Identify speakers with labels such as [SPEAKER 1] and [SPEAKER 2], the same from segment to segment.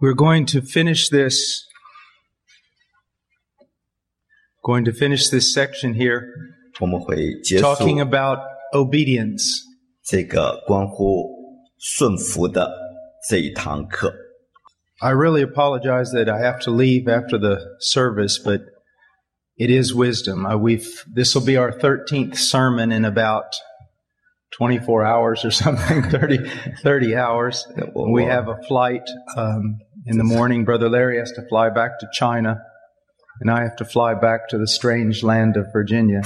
[SPEAKER 1] We're going to finish this going to finish this section here
[SPEAKER 2] 我们会结束
[SPEAKER 1] talking about obedience.
[SPEAKER 2] 这个关乎顺服的这一堂课。
[SPEAKER 1] I really apologize that I have to leave after the service, but it is wisdom. I, we've this will be our 13th sermon in about 24 hours or something, 30, 30 hours.
[SPEAKER 2] well,
[SPEAKER 1] we
[SPEAKER 2] well.
[SPEAKER 1] have a flight um, in the morning. Brother Larry has to fly back to China, and I have to fly back to the strange land of Virginia.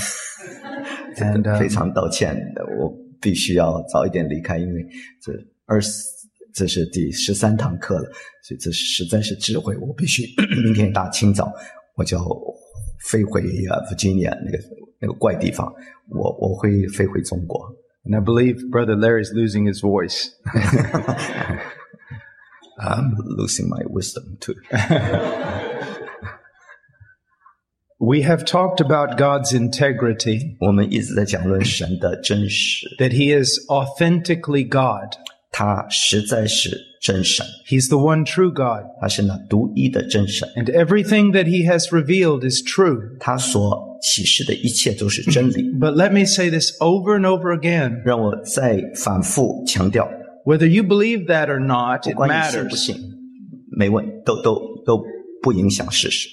[SPEAKER 2] 这
[SPEAKER 1] And,
[SPEAKER 2] 个
[SPEAKER 1] um,
[SPEAKER 2] 非常道歉的，我必须要早一点离开，因为这二十这是第十三堂课了，所以这实在是智慧，我必须 明天大清早我就要飞回呃 Virginia 那个那个怪地方，我我会飞回中国。
[SPEAKER 1] And I believe Brother Larry's losing his voice.
[SPEAKER 2] I'm losing my wisdom too。
[SPEAKER 1] We have talked about God's integrity,
[SPEAKER 2] 我们一直在讲论神的真实，
[SPEAKER 1] that He is authentically God.
[SPEAKER 2] 他实在是真神，
[SPEAKER 1] He's the one true God,
[SPEAKER 2] 他是那独一的真神，
[SPEAKER 1] and everything that He has revealed is true.
[SPEAKER 2] 他所启示的一切都是真理。
[SPEAKER 1] But let me say this over and over again
[SPEAKER 2] 让我再反复强调，
[SPEAKER 1] whether you believe that or not,
[SPEAKER 2] 不
[SPEAKER 1] it
[SPEAKER 2] 管你信不
[SPEAKER 1] matters.
[SPEAKER 2] 信，没问，都都都不影响事实。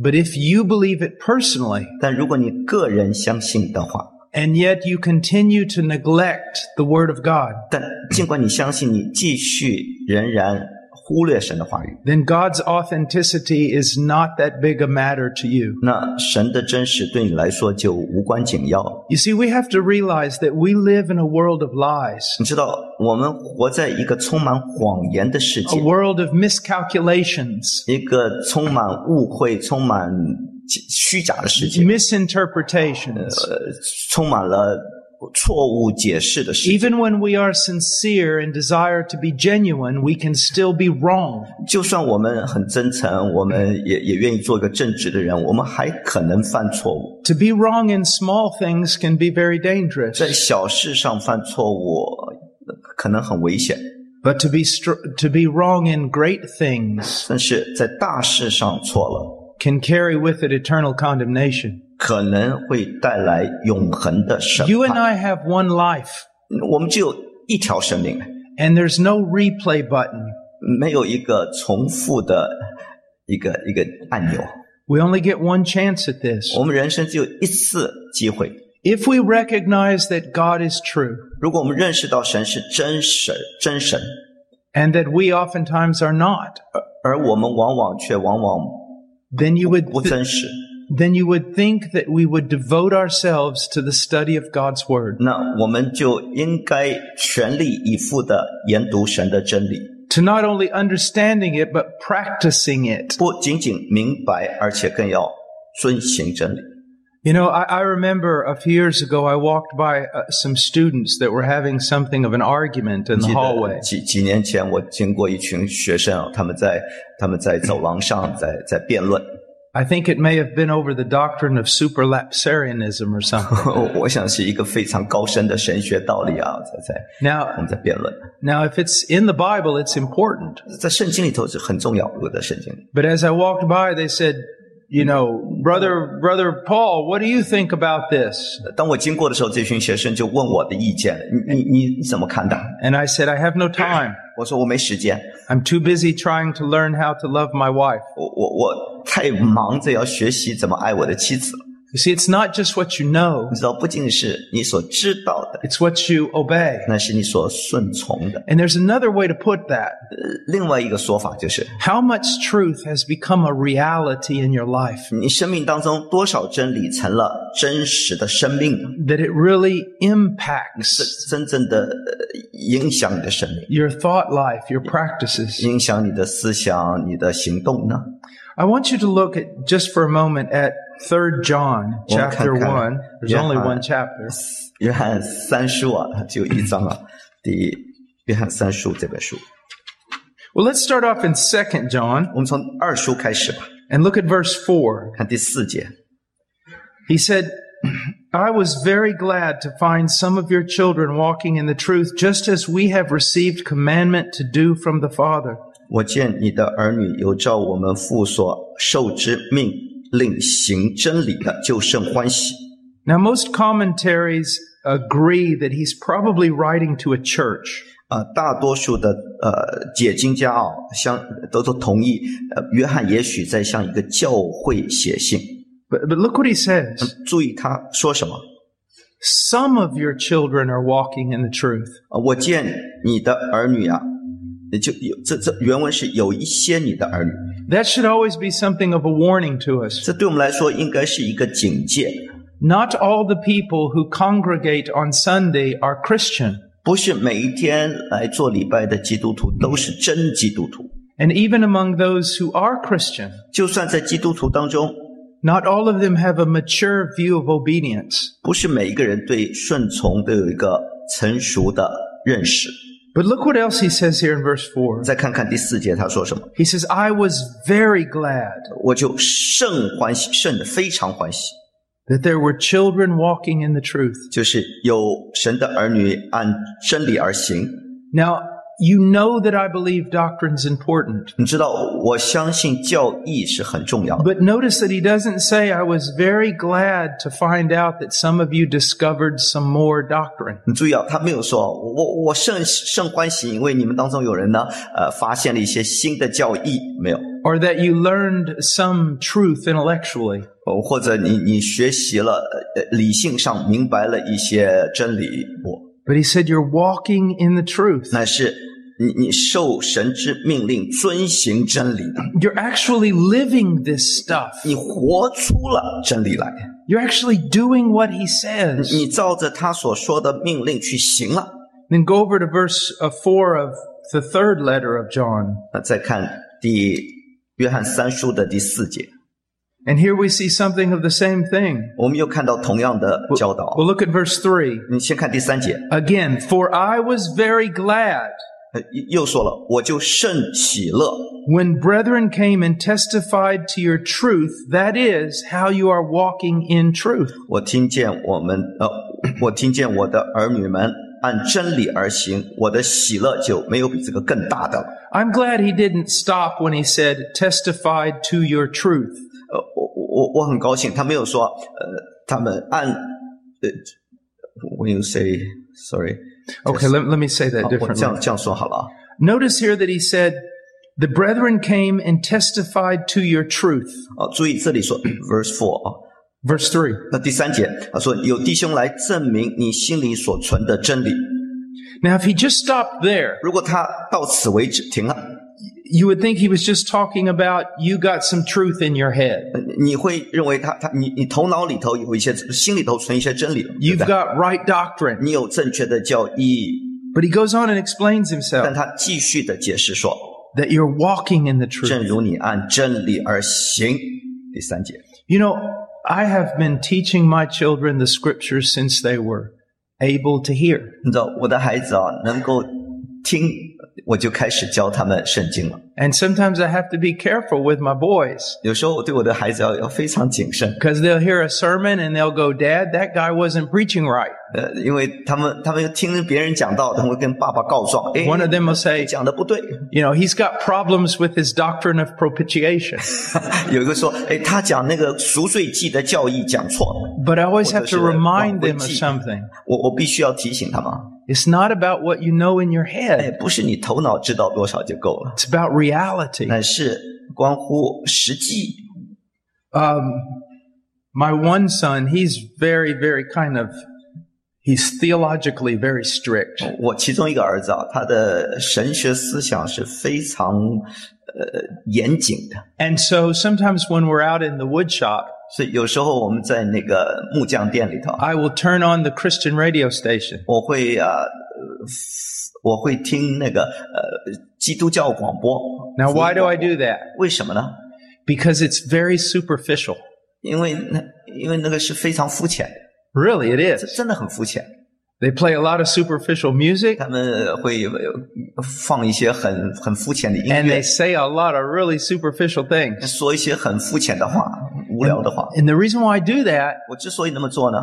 [SPEAKER 1] But if you believe it personally,
[SPEAKER 2] 但如果你个人相信的话，
[SPEAKER 1] and yet you continue to neglect the Word of God,
[SPEAKER 2] 但尽管你相信，你继续仍然忽略神的话语，
[SPEAKER 1] then God's authenticity is not that big a matter to you.
[SPEAKER 2] 那神的真实对你来说就无关紧要。
[SPEAKER 1] You see, we have to realize that we live in a world of lies,
[SPEAKER 2] 你知道，我们活在一个充满谎言的世
[SPEAKER 1] a
[SPEAKER 2] 界，
[SPEAKER 1] world of miscalculations,
[SPEAKER 2] 一个充满误会、充满虚假的世界，
[SPEAKER 1] misinterpretations.
[SPEAKER 2] 呃，充满了错误解释的世界。
[SPEAKER 1] Even when we are sincere and desire to be genuine, we can still be wrong.
[SPEAKER 2] 就算我们很真诚，我们也也愿意做一个正直的人，我们还可能犯错误，
[SPEAKER 1] To be wrong in small things can be very
[SPEAKER 2] 在
[SPEAKER 1] dangerous,
[SPEAKER 2] 小事上犯错误呃可能很危险，
[SPEAKER 1] but to be str- to be wrong in great things
[SPEAKER 2] 但是在大事上错了，
[SPEAKER 1] can carry with it eternal condemnation.
[SPEAKER 2] 可能会带来永恒的审
[SPEAKER 1] You and
[SPEAKER 2] 判。
[SPEAKER 1] I have one life,
[SPEAKER 2] 我们只有一条生命，
[SPEAKER 1] and there's no replay button.
[SPEAKER 2] 没有一个重复的一个一个按钮。
[SPEAKER 1] We only get one chance at this.
[SPEAKER 2] 我们人生只有一次机会。
[SPEAKER 1] If we recognize that God is true
[SPEAKER 2] 如果我们认识到神是真神，真神，
[SPEAKER 1] and that we oftentimes are not,
[SPEAKER 2] 而我们往往却往往
[SPEAKER 1] then you would
[SPEAKER 2] 不
[SPEAKER 1] th-
[SPEAKER 2] 真实。
[SPEAKER 1] then you would think that we would devote ourselves to the study of God's word,
[SPEAKER 2] 那我们就应该全力以赴的研读神的真理，
[SPEAKER 1] to not only understanding it but practicing it.
[SPEAKER 2] 不仅仅明白，而且更要遵行真理。
[SPEAKER 1] You know, I, I remember a few years ago I walked by uh, some students that were having something of an argument in the
[SPEAKER 2] 记
[SPEAKER 1] hallway,
[SPEAKER 2] 得几几年前，我经过一群学生啊，他们在他们在走廊上在在辩论，
[SPEAKER 1] I think it may have been over the doctrine of superlapsarianism or something.
[SPEAKER 2] 我想是一个非常高深的神学道理啊，在在我
[SPEAKER 1] now,
[SPEAKER 2] 们在辩论，
[SPEAKER 1] now if it's in the Bible, it's important.
[SPEAKER 2] 在圣经里头是很重要，我在圣经里。
[SPEAKER 1] But as I walked by, they said, you know, brother, brother Paul, what do you think about this?
[SPEAKER 2] 当我经过的时候，这群学生就问我的意见，你你你你怎么看待？
[SPEAKER 1] And I said, I have no time.
[SPEAKER 2] 我说我没时间。
[SPEAKER 1] I'm too busy trying to learn how to love my wife.
[SPEAKER 2] 我我我太忙着要学习怎么爱我的妻子了。
[SPEAKER 1] You see, it's not just what you know,
[SPEAKER 2] 你知道，不仅是你所知道的，
[SPEAKER 1] it's what you obey.
[SPEAKER 2] 那是你所顺从的。
[SPEAKER 1] And there's another way to put that.
[SPEAKER 2] 呃另外一个说法就是，
[SPEAKER 1] How much truth has become a reality in your life
[SPEAKER 2] 你生命当中多少真理成了真实的生命，
[SPEAKER 1] that it really
[SPEAKER 2] 真
[SPEAKER 1] impacts
[SPEAKER 2] 真正的呃影响你的生命，
[SPEAKER 1] your thought life, your practices?
[SPEAKER 2] 影响你的思想、你的行动呢？
[SPEAKER 1] I want you to look at just for a moment at 3 John chapter
[SPEAKER 2] Well,
[SPEAKER 1] 1. There's only
[SPEAKER 2] yeah.
[SPEAKER 1] one chapter.
[SPEAKER 2] 约翰三书啊，它只有一章啊，第一约翰三书这本书，
[SPEAKER 1] Well, let's start off in 2 John
[SPEAKER 2] 我们从二书开始吧，
[SPEAKER 1] and look at verse 4.
[SPEAKER 2] 看第四节。
[SPEAKER 1] He said, I was very glad to find some of your children walking in the truth, just as we have received commandment to do from the Father.
[SPEAKER 2] 我见你的儿女有照我们父所受之命令行真理的，就甚欢喜。
[SPEAKER 1] Now, most commentaries agree that he's probably writing to a church.
[SPEAKER 2] 呃，大多数的呃解经家啊、相都都同意，呃，约翰也许在向一个教会写信。
[SPEAKER 1] But, but look what he says
[SPEAKER 2] 注意他说什么？
[SPEAKER 1] Some of your children are walking in the truth.
[SPEAKER 2] 呃我见你的儿女啊，也就有这这原文是有一些你的儿女，
[SPEAKER 1] That should always be something of a warning to us.
[SPEAKER 2] 这对我们来说应该是一个警戒。
[SPEAKER 1] Not all the people who congregate on Sunday are Christian.
[SPEAKER 2] 不是每一天来做礼拜的基督徒都是真基督徒，
[SPEAKER 1] And even among those who are Christian,
[SPEAKER 2] 就算在基督徒当中，
[SPEAKER 1] not all of them have a mature view of obedience.
[SPEAKER 2] 不是每一个人对顺从都有一个成熟的认识。
[SPEAKER 1] But look what else he says here in verse 4.
[SPEAKER 2] 再看看第四节他说什么，
[SPEAKER 1] He says, I was very glad
[SPEAKER 2] 我就甚欢喜，甚的非常欢喜，
[SPEAKER 1] that there were children walking in the truth.
[SPEAKER 2] 就是有神的儿女按真理而行。
[SPEAKER 1] Now, you know that I believe doctrine's important.
[SPEAKER 2] 你知道，我相信教义是很重要的。
[SPEAKER 1] But notice that he doesn't say, I was very glad to find out that some of you discovered some more doctrine.
[SPEAKER 2] 你注意啊，他没有说我我我甚甚欢喜，因为你们当中有人呢，呃，发现了一些新的教义，没有，
[SPEAKER 1] Or that you learned some truth intellectually.
[SPEAKER 2] 哦，或者你你学习了呃理性上明白了一些真理，我
[SPEAKER 1] But he said, You're walking in the truth.
[SPEAKER 2] 那是你你受神之命令遵行真理的，
[SPEAKER 1] You're actually living this stuff.
[SPEAKER 2] 你活出了真理来，
[SPEAKER 1] You're actually doing what he says.
[SPEAKER 2] 你照着他所说的命令去行了。
[SPEAKER 1] Then go over to verse uh, 4 of the third letter of John.
[SPEAKER 2] 那再看第约翰三书的第四节，
[SPEAKER 1] And here we see something of the same thing.
[SPEAKER 2] 我们又看到同样的教导。
[SPEAKER 1] Well, look at verse 3.
[SPEAKER 2] 你先看第三节，
[SPEAKER 1] Again, for I was very glad
[SPEAKER 2] 呃又说了，我就甚喜乐，
[SPEAKER 1] when brethren came and testified to your truth, that is, how you are walking in truth.
[SPEAKER 2] 我听见我们呃，我听见我的儿女们按真理而行，我的喜乐就没有比这个更大的了。
[SPEAKER 1] I'm glad he didn't stop when he said, testified to your truth.
[SPEAKER 2] 呃，我我我我很高兴，他没有说呃，他们按呃，when you say sorry，
[SPEAKER 1] Okay, let, let me say that
[SPEAKER 2] 啊我这
[SPEAKER 1] differently.
[SPEAKER 2] 样这样说好了啊。
[SPEAKER 1] Notice here that he said, the brethren came and testified to your truth.
[SPEAKER 2] 哦，注意这里说 verse four 啊，
[SPEAKER 1] Verse 3.
[SPEAKER 2] 那第三节他说有弟兄来证明你心里所存的真理。
[SPEAKER 1] Now, if he just stopped there,
[SPEAKER 2] 如果他到此为止停了，
[SPEAKER 1] you would think he was just talking about you got some truth in your head.
[SPEAKER 2] 呃你会认为他他你你头脑里头有一些心里头存一些真理了，对
[SPEAKER 1] You've
[SPEAKER 2] 不对
[SPEAKER 1] got right doctrine.
[SPEAKER 2] 你有正确的教义，
[SPEAKER 1] But he goes on and explains
[SPEAKER 2] 但
[SPEAKER 1] himself
[SPEAKER 2] 他继续的解释说，
[SPEAKER 1] that you're walking in the truth.
[SPEAKER 2] 正如你按真理而行。第三节，
[SPEAKER 1] You know, I have been teaching my children the scriptures since they were able to hear.
[SPEAKER 2] 你知道我的孩子啊，能够听，我就开始教他们圣经了。
[SPEAKER 1] And sometimes I have to be careful with my boys
[SPEAKER 2] 有时候我对我的孩子要要非常谨慎，
[SPEAKER 1] because they'll hear a sermon and they'll go, Dad, that guy wasn't preaching right.
[SPEAKER 2] 呃，因为他们他们听别人讲道，他们会跟爸爸告状，哎，
[SPEAKER 1] One of them will say,
[SPEAKER 2] 讲的不对。
[SPEAKER 1] You know, he's got problems with his doctrine of propitiation.
[SPEAKER 2] 有一个说，哎，他讲那个赎罪记的教义讲错了，
[SPEAKER 1] But I always have to
[SPEAKER 2] Well,
[SPEAKER 1] remind them
[SPEAKER 2] there's a-
[SPEAKER 1] of
[SPEAKER 2] well, we-
[SPEAKER 1] something.
[SPEAKER 2] 我我必须要提醒他们，
[SPEAKER 1] It's not about what you know in your
[SPEAKER 2] 哎
[SPEAKER 1] head.
[SPEAKER 2] 不是你头脑知道多少就够了，
[SPEAKER 1] It's about reality.
[SPEAKER 2] 乃是关乎实际。
[SPEAKER 1] Um, my one son, he's very, very kind of, he's theologically very strict.
[SPEAKER 2] 我其中一个儿子啊，他的神学思想是非常呃严谨的，
[SPEAKER 1] And so sometimes when we're out in the wood shop,
[SPEAKER 2] 所以有时候我们在那个木匠店里头，啊
[SPEAKER 1] I will turn on the Christian radio station
[SPEAKER 2] 我会啊，呃我会听那个呃基督教广播。
[SPEAKER 1] Now, why do I do that?
[SPEAKER 2] 为什么呢？
[SPEAKER 1] because it's very superficial.
[SPEAKER 2] 因为那因为那个是非常肤浅的，
[SPEAKER 1] Really, it
[SPEAKER 2] 这
[SPEAKER 1] is.
[SPEAKER 2] 真的很肤浅。
[SPEAKER 1] They play a lot of superficial music
[SPEAKER 2] 他们会呃放一些很很肤浅的音
[SPEAKER 1] and
[SPEAKER 2] 乐
[SPEAKER 1] they，say a lot of really superficial things.
[SPEAKER 2] 说一些很肤浅的话、无聊的话。
[SPEAKER 1] And the reason why I do that
[SPEAKER 2] 我之所以那么做呢，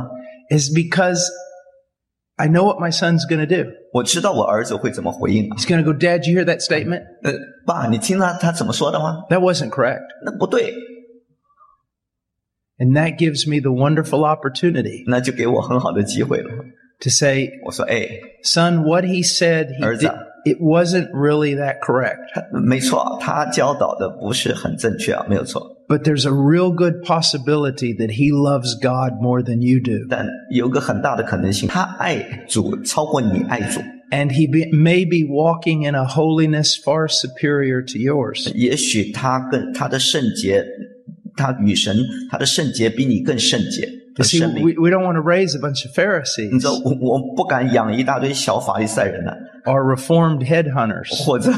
[SPEAKER 1] is because I know what my son's going to do.
[SPEAKER 2] 我知道我儿子会怎么回应啊。
[SPEAKER 1] He's going to go, Dad, you hear that statement?
[SPEAKER 2] 呃，爸，你听他他怎么说的吗？
[SPEAKER 1] That wasn't correct.
[SPEAKER 2] 那不对，
[SPEAKER 1] And that gives me the wonderful opportunity
[SPEAKER 2] 那就给我很好的机会了。
[SPEAKER 1] to say,
[SPEAKER 2] 我说，哎，
[SPEAKER 1] son, what he said, he
[SPEAKER 2] Or is
[SPEAKER 1] did-
[SPEAKER 2] that-
[SPEAKER 1] it wasn't really that correct.
[SPEAKER 2] 他没错，他教导的不是很正确啊，没有错。
[SPEAKER 1] But there's a real good possibility that he loves God more than you do.
[SPEAKER 2] 但有个很大的可能性，他爱主超过你爱主，
[SPEAKER 1] And he be, may be walking in a holiness far superior to yours.
[SPEAKER 2] 也许他更他的圣洁，他与神他的圣洁比你更圣洁
[SPEAKER 1] You
[SPEAKER 2] 的
[SPEAKER 1] see,
[SPEAKER 2] 生命。
[SPEAKER 1] we, we don't want to raise a bunch of
[SPEAKER 2] 你
[SPEAKER 1] Pharisees
[SPEAKER 2] 知道，我我不敢养一大堆小法利赛人呢、
[SPEAKER 1] or reformed headhunters.
[SPEAKER 2] 或者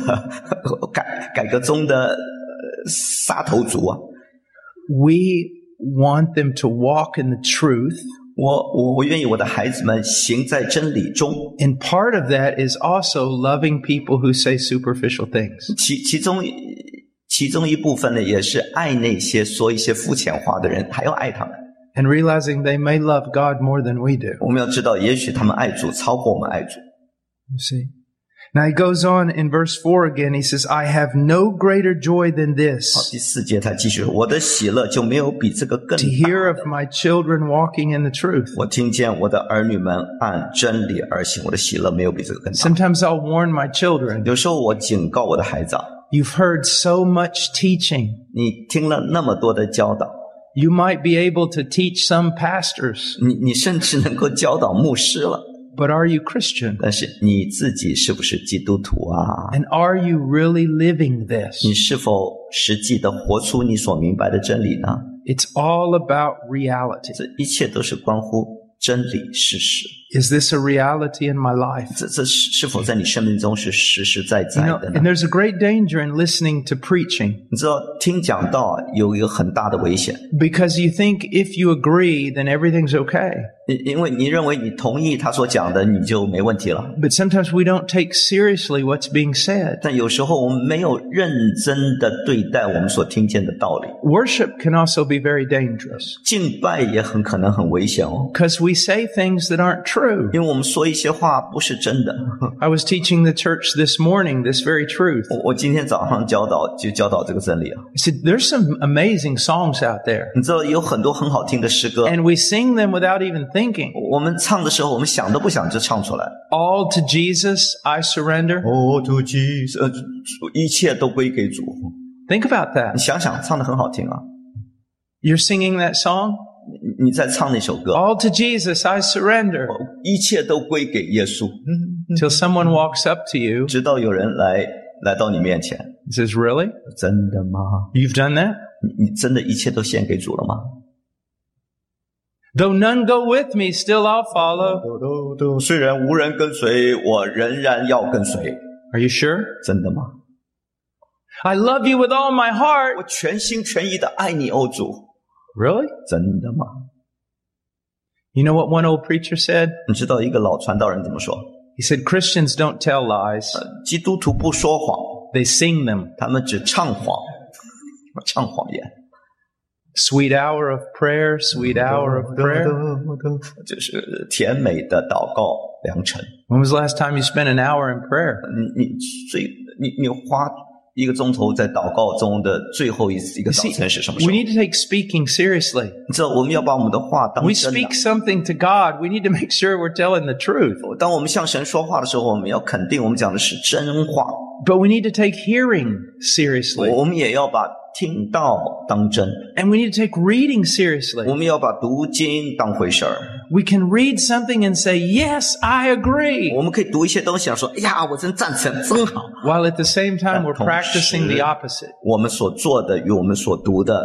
[SPEAKER 2] 改改革宗的呃杀头族啊。
[SPEAKER 1] We want them to walk in the truth.
[SPEAKER 2] 我我我愿意我的孩子们行在真理中，
[SPEAKER 1] And part of that is also loving people who say superficial things.
[SPEAKER 2] 其其中其中一部分呢，也是爱那些说一些肤浅话的人，还要爱他们。
[SPEAKER 1] and realizing they may love God more than we do.
[SPEAKER 2] 我们要知道，也许他们爱主超过我们爱主。
[SPEAKER 1] You see? Now he goes on in verse 4 again. He says, I have no greater joy than
[SPEAKER 2] 好，
[SPEAKER 1] this
[SPEAKER 2] 第四节他继续说：“我的喜乐就没有比这个更
[SPEAKER 1] to
[SPEAKER 2] 大。
[SPEAKER 1] hear of my children walking in the truth.
[SPEAKER 2] 我听见我的儿女们按真理而行，我的喜乐没有比这个更大。
[SPEAKER 1] Sometimes I'll warn my children,
[SPEAKER 2] 有时候我警告我的孩子啊，
[SPEAKER 1] you've heard so much teaching.
[SPEAKER 2] 你听了那么多的教导，
[SPEAKER 1] You might be able to teach some pastors,
[SPEAKER 2] 你你甚至能够教导牧师了，
[SPEAKER 1] but are you Christian?
[SPEAKER 2] 但是你自己是不是基督徒啊？
[SPEAKER 1] And are you really living this?
[SPEAKER 2] 你是否实际的活出你所明白的真理呢？
[SPEAKER 1] It's all about reality.
[SPEAKER 2] 这一切都是关乎真理事实。
[SPEAKER 1] Is this a reality in my life?
[SPEAKER 2] 这这是是否在你生命中是实实在
[SPEAKER 1] You
[SPEAKER 2] 在
[SPEAKER 1] know,
[SPEAKER 2] 的
[SPEAKER 1] and
[SPEAKER 2] 呢？
[SPEAKER 1] there's a great danger in listening to preaching.
[SPEAKER 2] 你知道听讲道啊有一个很大的危险，
[SPEAKER 1] Because you think if you agree, then everything's okay.
[SPEAKER 2] 因因为你认为你同意他所讲的，你就没问题了。
[SPEAKER 1] But sometimes we don't take seriously what's being said.
[SPEAKER 2] 但有时候我们没有认真的对待我们所听见的道理，
[SPEAKER 1] Worship can also be very dangerous
[SPEAKER 2] 敬拜也很可能很危险哦。
[SPEAKER 1] because we say things that aren't true.
[SPEAKER 2] 因为我们说一些话不是真的。
[SPEAKER 1] I was teaching the church this morning this very truth.
[SPEAKER 2] 我我今天早上教导就教导这个真理啊，
[SPEAKER 1] I said, there's some amazing songs out there
[SPEAKER 2] 你知道有很多很好听的诗歌，
[SPEAKER 1] and we sing them without even thinking.
[SPEAKER 2] 我们唱的时候我们想都不想就唱出来。
[SPEAKER 1] All to Jesus, I surrender.
[SPEAKER 2] 哦，主基呃，一切都归给主。
[SPEAKER 1] Think about that.
[SPEAKER 2] 你想想，唱的很好听啊，
[SPEAKER 1] You're singing that song.
[SPEAKER 2] 你你在唱那首歌，哦
[SPEAKER 1] All to Jesus, I surrender.
[SPEAKER 2] 一切都归给耶稣，
[SPEAKER 1] Till someone walks up to you
[SPEAKER 2] 直到有人来来到你面前，
[SPEAKER 1] and says, really?
[SPEAKER 2] 真的吗？
[SPEAKER 1] You've done that?
[SPEAKER 2] 你你真的一切都献给主了吗？
[SPEAKER 1] Though none go with me, still I'll follow.
[SPEAKER 2] 虽然无人跟随，我仍然要跟随，
[SPEAKER 1] Are you sure?
[SPEAKER 2] 真的吗？
[SPEAKER 1] I love you with all my
[SPEAKER 2] 我
[SPEAKER 1] heart.
[SPEAKER 2] 全心全意的爱你，哦主，
[SPEAKER 1] Really?
[SPEAKER 2] 真的吗？
[SPEAKER 1] You know what one old preacher said?
[SPEAKER 2] 你知道一个老传道人怎么说？
[SPEAKER 1] He said, Christians don't tell lies,
[SPEAKER 2] 基督徒不说谎，
[SPEAKER 1] they sing them.
[SPEAKER 2] 他们只唱谎，唱谎言。
[SPEAKER 1] Sweet hour of prayer, sweet hour of prayer.
[SPEAKER 2] 就是甜美的祷告良辰。
[SPEAKER 1] When was the last time you spent an hour in prayer?
[SPEAKER 2] 你你最你你花一个钟头在祷告中的最后一一个早晨是什么时
[SPEAKER 1] We
[SPEAKER 2] 候？
[SPEAKER 1] need to take speaking seriously.
[SPEAKER 2] 你知道，我们要把我们的话当
[SPEAKER 1] We
[SPEAKER 2] 真啊的
[SPEAKER 1] speak。something to God. We need to make sure we're telling the truth.
[SPEAKER 2] 当我们向神说话的时候，我们要肯定我们讲的是真话。
[SPEAKER 1] But we need to take hearing seriously.
[SPEAKER 2] 我们也要把听到当真。
[SPEAKER 1] And we need to take reading
[SPEAKER 2] 我
[SPEAKER 1] seriously.
[SPEAKER 2] 们要把读经当回事儿。
[SPEAKER 1] We can read something and say, Yes, I agree.
[SPEAKER 2] 我们可以读一些东西，想说：“哎呀，我真赞成，真好。
[SPEAKER 1] while at the same time we're
[SPEAKER 2] That
[SPEAKER 1] practicing the
[SPEAKER 2] 同时-
[SPEAKER 1] opposite. ”
[SPEAKER 2] 我们所做的与我们所读的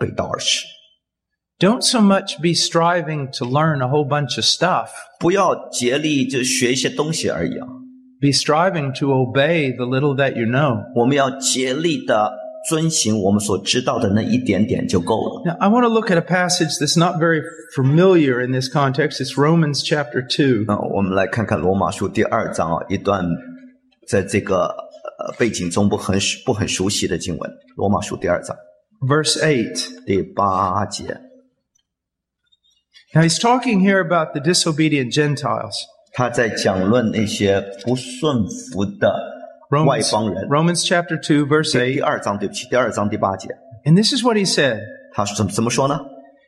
[SPEAKER 2] 背道而驰。
[SPEAKER 1] Don't so much be striving to learn a whole bunch of stuff.
[SPEAKER 2] 不要竭力就学一些东西而已啊！
[SPEAKER 1] Be striving to obey the little that you know.
[SPEAKER 2] 我们要竭力的遵行我们所知道的那一点点就够了。
[SPEAKER 1] Now, I want to look at a passage that's not very familiar in this context. It's Romans chapter 2.
[SPEAKER 2] 那我们来看看罗马书第二章啊，一段在这个呃背景中不很熟不很熟悉的经文。罗马书第二章
[SPEAKER 1] Verse 8.
[SPEAKER 2] 第八节，
[SPEAKER 1] Now, he's talking here about the disobedient Gentiles.
[SPEAKER 2] 他在讲论那些不顺服的外
[SPEAKER 1] Romans,
[SPEAKER 2] 邦人。
[SPEAKER 1] Romans chapter 2, verse
[SPEAKER 2] 第
[SPEAKER 1] 8.
[SPEAKER 2] 第二章，对不起，第二章第八节，
[SPEAKER 1] And this is what he said.
[SPEAKER 2] 他是怎么怎么说呢？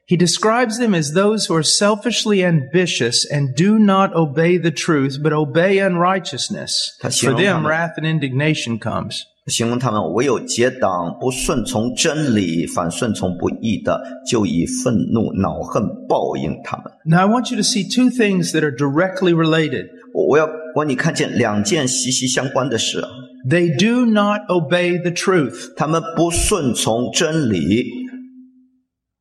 [SPEAKER 1] He describes them as those who are selfishly ambitious and do not obey the truth, but obey unrighteousness.
[SPEAKER 2] That's
[SPEAKER 1] For
[SPEAKER 2] wrong,
[SPEAKER 1] them,
[SPEAKER 2] Mama.
[SPEAKER 1] wrath and indignation comes.
[SPEAKER 2] 形容他们唯有结党，不顺从真理，反顺从不义的，就以愤怒、恼恨报应他们。
[SPEAKER 1] Now, I want you to see two things that are directly related.
[SPEAKER 2] 我我要我你看见两件息息相关的事，啊
[SPEAKER 1] They do not obey the truth.
[SPEAKER 2] 他们不顺从真理。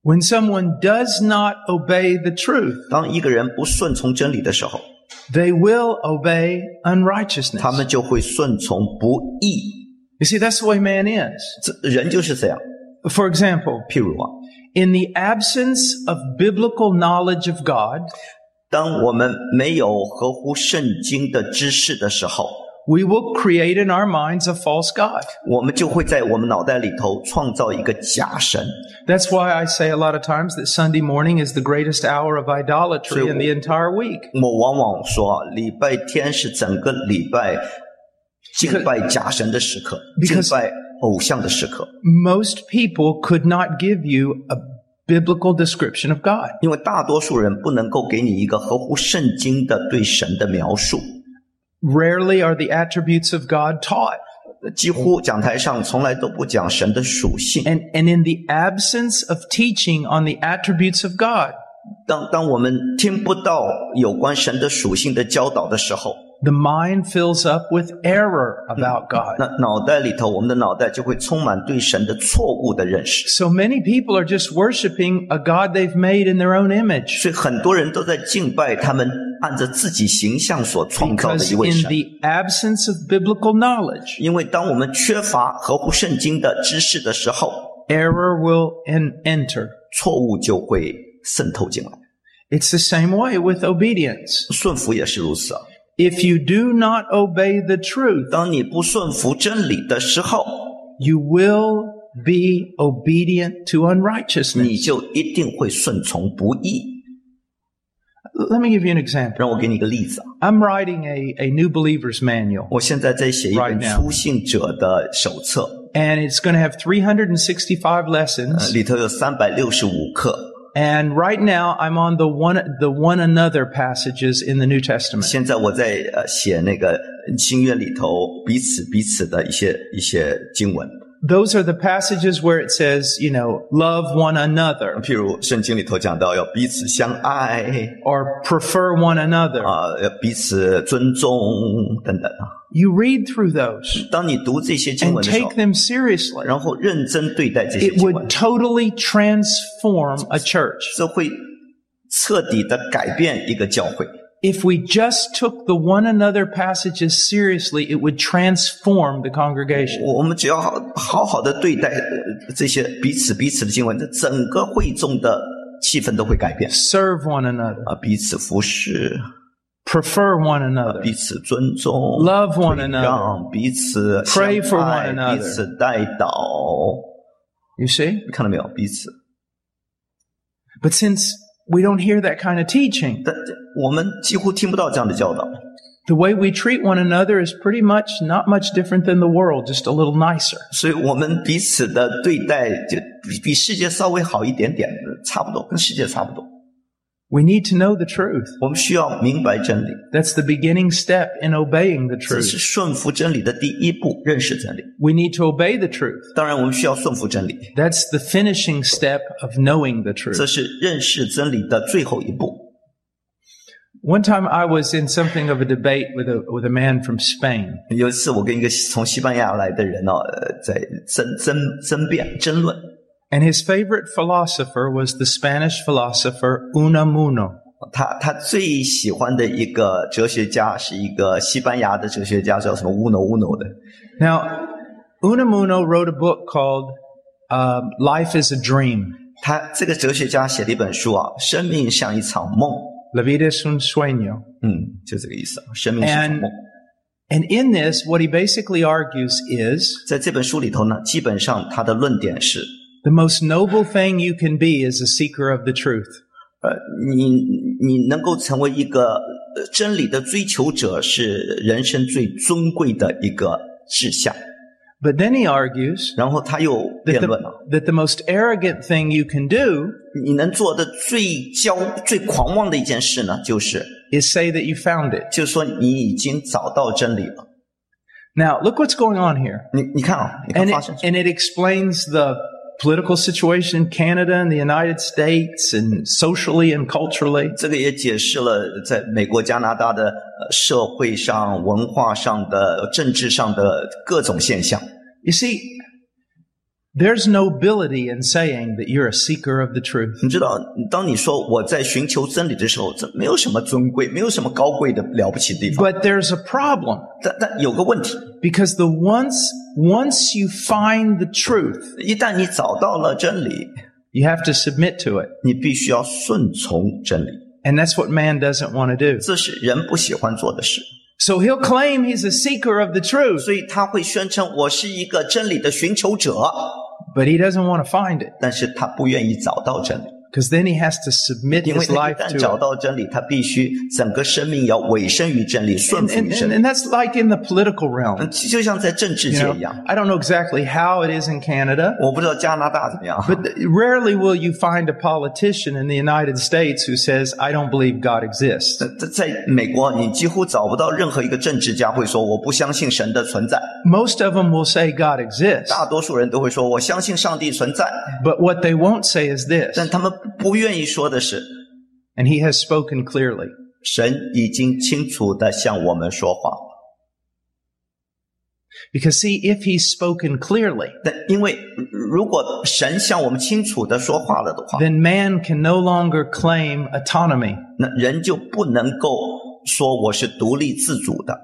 [SPEAKER 1] When someone does not obey the truth,
[SPEAKER 2] 当一个人不顺从真理的时候，
[SPEAKER 1] they will obey
[SPEAKER 2] 他
[SPEAKER 1] unrighteousness.
[SPEAKER 2] 们就会顺从不义。
[SPEAKER 1] You see, that's the way man is.
[SPEAKER 2] 这人就是这样。
[SPEAKER 1] For example,
[SPEAKER 2] 譬如啊，
[SPEAKER 1] in the absence of biblical knowledge of God,
[SPEAKER 2] 当我们没有合乎圣经的知识的时候，
[SPEAKER 1] we will create in our minds a false God.
[SPEAKER 2] 我们就会在我们脑袋里头创造一个假神。
[SPEAKER 1] That's why I say a lot of times that Sunday morning is the greatest hour of idolatry in the entire week.
[SPEAKER 2] 我往往说，礼拜天是整个礼拜敬拜假神的时刻，敬
[SPEAKER 1] Because-
[SPEAKER 2] 拜偶像的时刻。
[SPEAKER 1] Most people could not give you a biblical description of God.
[SPEAKER 2] 因为大多数人不能够给你一个合乎圣经的对神的描述，
[SPEAKER 1] Rarely are the attributes of God taught.
[SPEAKER 2] 几乎讲台上从来都不讲神的属性。
[SPEAKER 1] And, and in the absence of teaching on the attributes of God,
[SPEAKER 2] 当当我们听不到有关神的属性的教导的时候，
[SPEAKER 1] the mind fills up with error about God.
[SPEAKER 2] 那脑袋里头，我们的脑袋就会充满对神的错误的认识，
[SPEAKER 1] So many people are just worshiping a God they've made in their own image.
[SPEAKER 2] 所以很多人都在敬拜他们按着自己形象所创造的
[SPEAKER 1] Because
[SPEAKER 2] 一位
[SPEAKER 1] in
[SPEAKER 2] 神。
[SPEAKER 1] the absence of biblical knowledge,
[SPEAKER 2] 因为当我们缺乏合乎圣经的知识的时候，
[SPEAKER 1] error will en- enter.
[SPEAKER 2] 错误就会渗透进来。
[SPEAKER 1] It's the same way with obedience.
[SPEAKER 2] 顺服也是如此啊。
[SPEAKER 1] If you do not obey the truth,
[SPEAKER 2] 当你不顺服真理的时候，
[SPEAKER 1] you will be obedient to
[SPEAKER 2] 你
[SPEAKER 1] unrighteousness.
[SPEAKER 2] 就一定会顺从不义。
[SPEAKER 1] Let me give you an example.
[SPEAKER 2] 让我给你一个例子啊，
[SPEAKER 1] I'm writing a, a new believer's manual,
[SPEAKER 2] 我现在在写一本
[SPEAKER 1] Right now.
[SPEAKER 2] 初信者的手册，
[SPEAKER 1] and it's going to have 365
[SPEAKER 2] 呃
[SPEAKER 1] lessons.
[SPEAKER 2] 里头有三百六十五课。
[SPEAKER 1] And right now, I'm on the one the one another passages in the New Testament.
[SPEAKER 2] 现在我在呃写那个新约里头彼此彼此的一些一些经文，
[SPEAKER 1] Those are the passages where it says, you know, love one another
[SPEAKER 2] 譬如圣经里头讲到要彼此相爱
[SPEAKER 1] or prefer one another.
[SPEAKER 2] 啊、要彼此尊重等等啊。
[SPEAKER 1] You read through those
[SPEAKER 2] 当你读这些经
[SPEAKER 1] and
[SPEAKER 2] 文的时候
[SPEAKER 1] take，them seriously.
[SPEAKER 2] 然后认真对待这些
[SPEAKER 1] It
[SPEAKER 2] 经文
[SPEAKER 1] would，totally transform a church
[SPEAKER 2] 这会彻底的改变一个教会。
[SPEAKER 1] if we just took the one another passages seriously. It would transform the congregation.
[SPEAKER 2] 我我们只要好好好的对待呃这些彼此彼此的经文，这整个会众的气氛都会改变
[SPEAKER 1] Serve one another,
[SPEAKER 2] 啊！彼此服侍，
[SPEAKER 1] prefer one another,
[SPEAKER 2] 彼此尊重
[SPEAKER 1] love one
[SPEAKER 2] 让
[SPEAKER 1] another.
[SPEAKER 2] 彼此
[SPEAKER 1] Pray for
[SPEAKER 2] 相爱
[SPEAKER 1] one another.
[SPEAKER 2] 彼此代祷。
[SPEAKER 1] You see,
[SPEAKER 2] 看到没有？彼此。
[SPEAKER 1] but since we don't hear that kind of teaching,
[SPEAKER 2] 但我们几乎听不到这样的教导。
[SPEAKER 1] the way we treat one another is pretty much not much different than the world, just a little nicer.
[SPEAKER 2] 所以我们彼此的对待就比比世界稍微好一点点，差不多，跟世界差不多。
[SPEAKER 1] We need to know the truth.
[SPEAKER 2] 我们需要明白真理，
[SPEAKER 1] That's the beginning step in obeying the
[SPEAKER 2] 这是
[SPEAKER 1] truth.
[SPEAKER 2] 顺服真理的第一步，认识真理。
[SPEAKER 1] We need to obey the truth.
[SPEAKER 2] 当然，我们需要顺服真理，
[SPEAKER 1] That's the finishing step of knowing the
[SPEAKER 2] 这
[SPEAKER 1] truth.
[SPEAKER 2] 是认识真理的最后一步。
[SPEAKER 1] One time I was in something of a debate with a, with a man from Spain.
[SPEAKER 2] 有一次，我跟一个从西班牙来的人哦，呃在争争争辩争论，
[SPEAKER 1] And his favorite philosopher was the Spanish philosopher Unamuno.
[SPEAKER 2] 他他最喜欢的一个哲学家是一个西班牙的哲学家，叫什么乌诺乌诺的。
[SPEAKER 1] Now, Unamuno wrote a book called uh, Life is a Dream.
[SPEAKER 2] 他这个哲学家写了一本书啊，《生命像一场梦》，
[SPEAKER 1] La vida es un sueño.
[SPEAKER 2] 嗯，就这个意思啊，生命是一场梦。
[SPEAKER 1] And in this, what he basically argues is
[SPEAKER 2] 在这本书里头呢，基本上他的论点是，
[SPEAKER 1] the most noble thing you can be is a seeker of the truth.
[SPEAKER 2] 呃，你你能够成为一个呃真理的追求者，是人生最尊贵的一个志向。
[SPEAKER 1] But then he argues
[SPEAKER 2] 然后他又
[SPEAKER 1] that
[SPEAKER 2] 辩论了
[SPEAKER 1] the, that the most arrogant thing you can do
[SPEAKER 2] 你能做的最骄、最狂妄的一件事呢，就是，
[SPEAKER 1] is say that you found it.
[SPEAKER 2] 就是说你已经找到真理了。
[SPEAKER 1] Now, look what's going on here.
[SPEAKER 2] 你你看啊，你看
[SPEAKER 1] And
[SPEAKER 2] 发
[SPEAKER 1] it,
[SPEAKER 2] 生什么
[SPEAKER 1] and it explains the political situation in Canada and the United States and socially and culturally.
[SPEAKER 2] 这个也解释了在美国、加拿大的呃社会上、文化上的、政治上的各种现象。
[SPEAKER 1] You see, there's nobility in saying that you're a seeker of the truth.
[SPEAKER 2] 你知道，当你说我在寻求真理的时候，这没有什么尊贵，没有什么高贵的了不起的地方。
[SPEAKER 1] But there's a problem
[SPEAKER 2] 但但有个问题，
[SPEAKER 1] because the once once you find the truth,
[SPEAKER 2] 一旦你找到了真理，
[SPEAKER 1] you have to submit to it.
[SPEAKER 2] 你必须要顺从真理，
[SPEAKER 1] And that's what man doesn't want to do.
[SPEAKER 2] 这是人不喜欢做的事。
[SPEAKER 1] So he'll claim he's a seeker of the truth,
[SPEAKER 2] 所以他会宣称我是一个真理的寻求者，
[SPEAKER 1] but he doesn't want to find it
[SPEAKER 2] 但是他不愿意找到真理，
[SPEAKER 1] because then he has to submit
[SPEAKER 2] 因为
[SPEAKER 1] his
[SPEAKER 2] 他一
[SPEAKER 1] life
[SPEAKER 2] 旦
[SPEAKER 1] to
[SPEAKER 2] 找
[SPEAKER 1] it.
[SPEAKER 2] 到真理，他必须整个生命要委身于真理，顺
[SPEAKER 1] And,
[SPEAKER 2] 服于
[SPEAKER 1] and,
[SPEAKER 2] 真
[SPEAKER 1] and,
[SPEAKER 2] 理。
[SPEAKER 1] and that's like in the political
[SPEAKER 2] 嗯
[SPEAKER 1] realm.
[SPEAKER 2] 就像在政治
[SPEAKER 1] You
[SPEAKER 2] 界
[SPEAKER 1] know?
[SPEAKER 2] 一样，
[SPEAKER 1] I don't know exactly how it is in Canada,
[SPEAKER 2] 我不知道加拿大怎么样，
[SPEAKER 1] But th- rarely will you find a politician in the United States who says, I don't believe God exists.
[SPEAKER 2] 在在在美国，你几乎找不到任何一个政治家会说我不相信神的存在，
[SPEAKER 1] Most of them will say God exists,
[SPEAKER 2] 大多数人都会说我相信上帝存在，
[SPEAKER 1] but what they won't say is
[SPEAKER 2] 但
[SPEAKER 1] this,
[SPEAKER 2] 他们不愿意说的是，
[SPEAKER 1] and he has spoken clearly.
[SPEAKER 2] 神已经清楚地向我们说话。
[SPEAKER 1] Because see, if he's spoken clearly,
[SPEAKER 2] 但因为如果神向我们清楚地说话了的话，
[SPEAKER 1] then man can no longer claim autonomy.
[SPEAKER 2] 那人就不能够说我是独立自主的，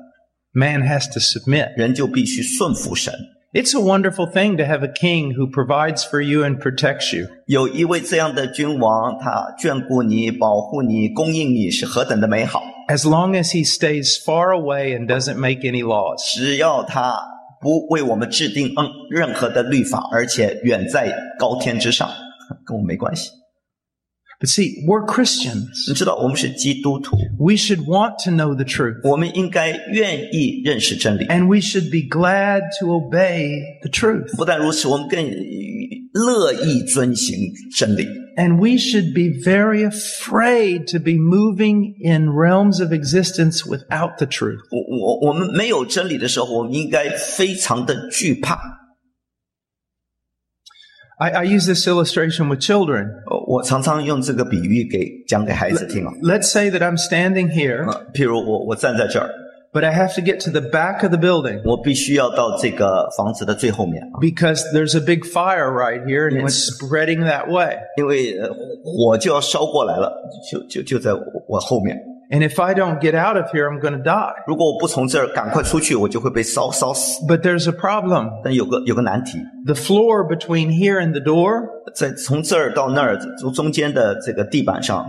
[SPEAKER 1] Man has to submit.
[SPEAKER 2] 人就必须顺服神。
[SPEAKER 1] It's a wonderful thing to have a king who provides for you and protects you.
[SPEAKER 2] 有一位这样的君王，他眷顾你、保护你、供应你，是何等的美好！
[SPEAKER 1] As long as he stays far away and doesn't make any laws.
[SPEAKER 2] 只要他不为我们制定嗯任何的律法，而且远在高天之上，跟我没关系。
[SPEAKER 1] But see, we're Christians.
[SPEAKER 2] 你知道，我们是基督徒，
[SPEAKER 1] We should want to know the truth.
[SPEAKER 2] 我们应该愿意认识真理。
[SPEAKER 1] And we should be glad to obey the truth.
[SPEAKER 2] 不但如此，我们更乐意遵行真理。
[SPEAKER 1] And we should be very afraid to be moving in realms of existence without the truth.
[SPEAKER 2] 我我我们没有真理的时候，我们应该非常的惧怕。
[SPEAKER 1] I, I use this illustration with children.
[SPEAKER 2] 呃我常常用这个比喻给讲给孩子听啊，
[SPEAKER 1] Let's say that I'm standing here,
[SPEAKER 2] 呃譬如我我站在这儿，
[SPEAKER 1] but I have to get to the back of the building
[SPEAKER 2] 我必须要到这个房子的最后面啊，
[SPEAKER 1] because there's a big fire right here and it's spreading that way.
[SPEAKER 2] 因为呃火就要烧过来了，就就就在我我后面。
[SPEAKER 1] And if I don't get out of here, I'm going to die.
[SPEAKER 2] 如果我不从这儿赶快出去，我就会被烧烧死。
[SPEAKER 1] But there's a problem.
[SPEAKER 2] 但有个有个难题，
[SPEAKER 1] The floor between here and the door
[SPEAKER 2] 在从这儿到那儿中中间的这个地板上，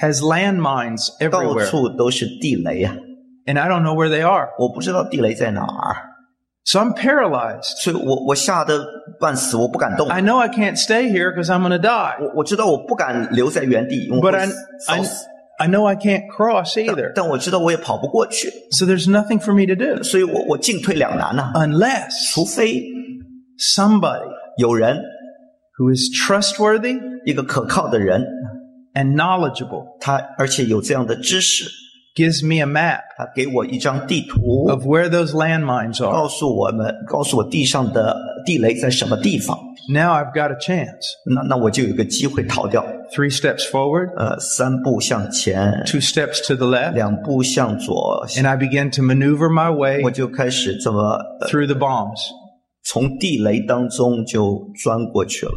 [SPEAKER 1] has landmines
[SPEAKER 2] 到
[SPEAKER 1] everywhere.
[SPEAKER 2] 处都是地雷啊！
[SPEAKER 1] And I don't know where they are.
[SPEAKER 2] 我不知道地雷在哪儿，
[SPEAKER 1] So I'm paralyzed.
[SPEAKER 2] 所以我我吓得半死，我不敢动。
[SPEAKER 1] I know I can't stay here because I'm going to die,
[SPEAKER 2] 我我知道我不敢留在原地，我
[SPEAKER 1] but
[SPEAKER 2] 会
[SPEAKER 1] I,
[SPEAKER 2] 烧
[SPEAKER 1] I,
[SPEAKER 2] 死。
[SPEAKER 1] I know I can't cross either.
[SPEAKER 2] 但我知道我也跑不过去，
[SPEAKER 1] So there's nothing for me to do
[SPEAKER 2] 所以我我进退两难呐、
[SPEAKER 1] unless
[SPEAKER 2] 除非
[SPEAKER 1] somebody
[SPEAKER 2] 有人，
[SPEAKER 1] who is trustworthy
[SPEAKER 2] 一个可靠的人，
[SPEAKER 1] and knowledgeable
[SPEAKER 2] 他而且有这样的知识，
[SPEAKER 1] gives me a map
[SPEAKER 2] 他给我一张地图，
[SPEAKER 1] of where those landmines are.
[SPEAKER 2] 告诉我们，告诉我地上的地雷在什么地方。
[SPEAKER 1] Now I've got a chance.
[SPEAKER 2] 那那我就有一个机会逃掉。
[SPEAKER 1] Three steps forward,
[SPEAKER 2] 呃，三步向前，
[SPEAKER 1] two steps to the left,
[SPEAKER 2] 两步向左，
[SPEAKER 1] and I begin to maneuver my way
[SPEAKER 2] 我就开始这么、呃
[SPEAKER 1] through the bombs.
[SPEAKER 2] 从地雷当中就钻过去了。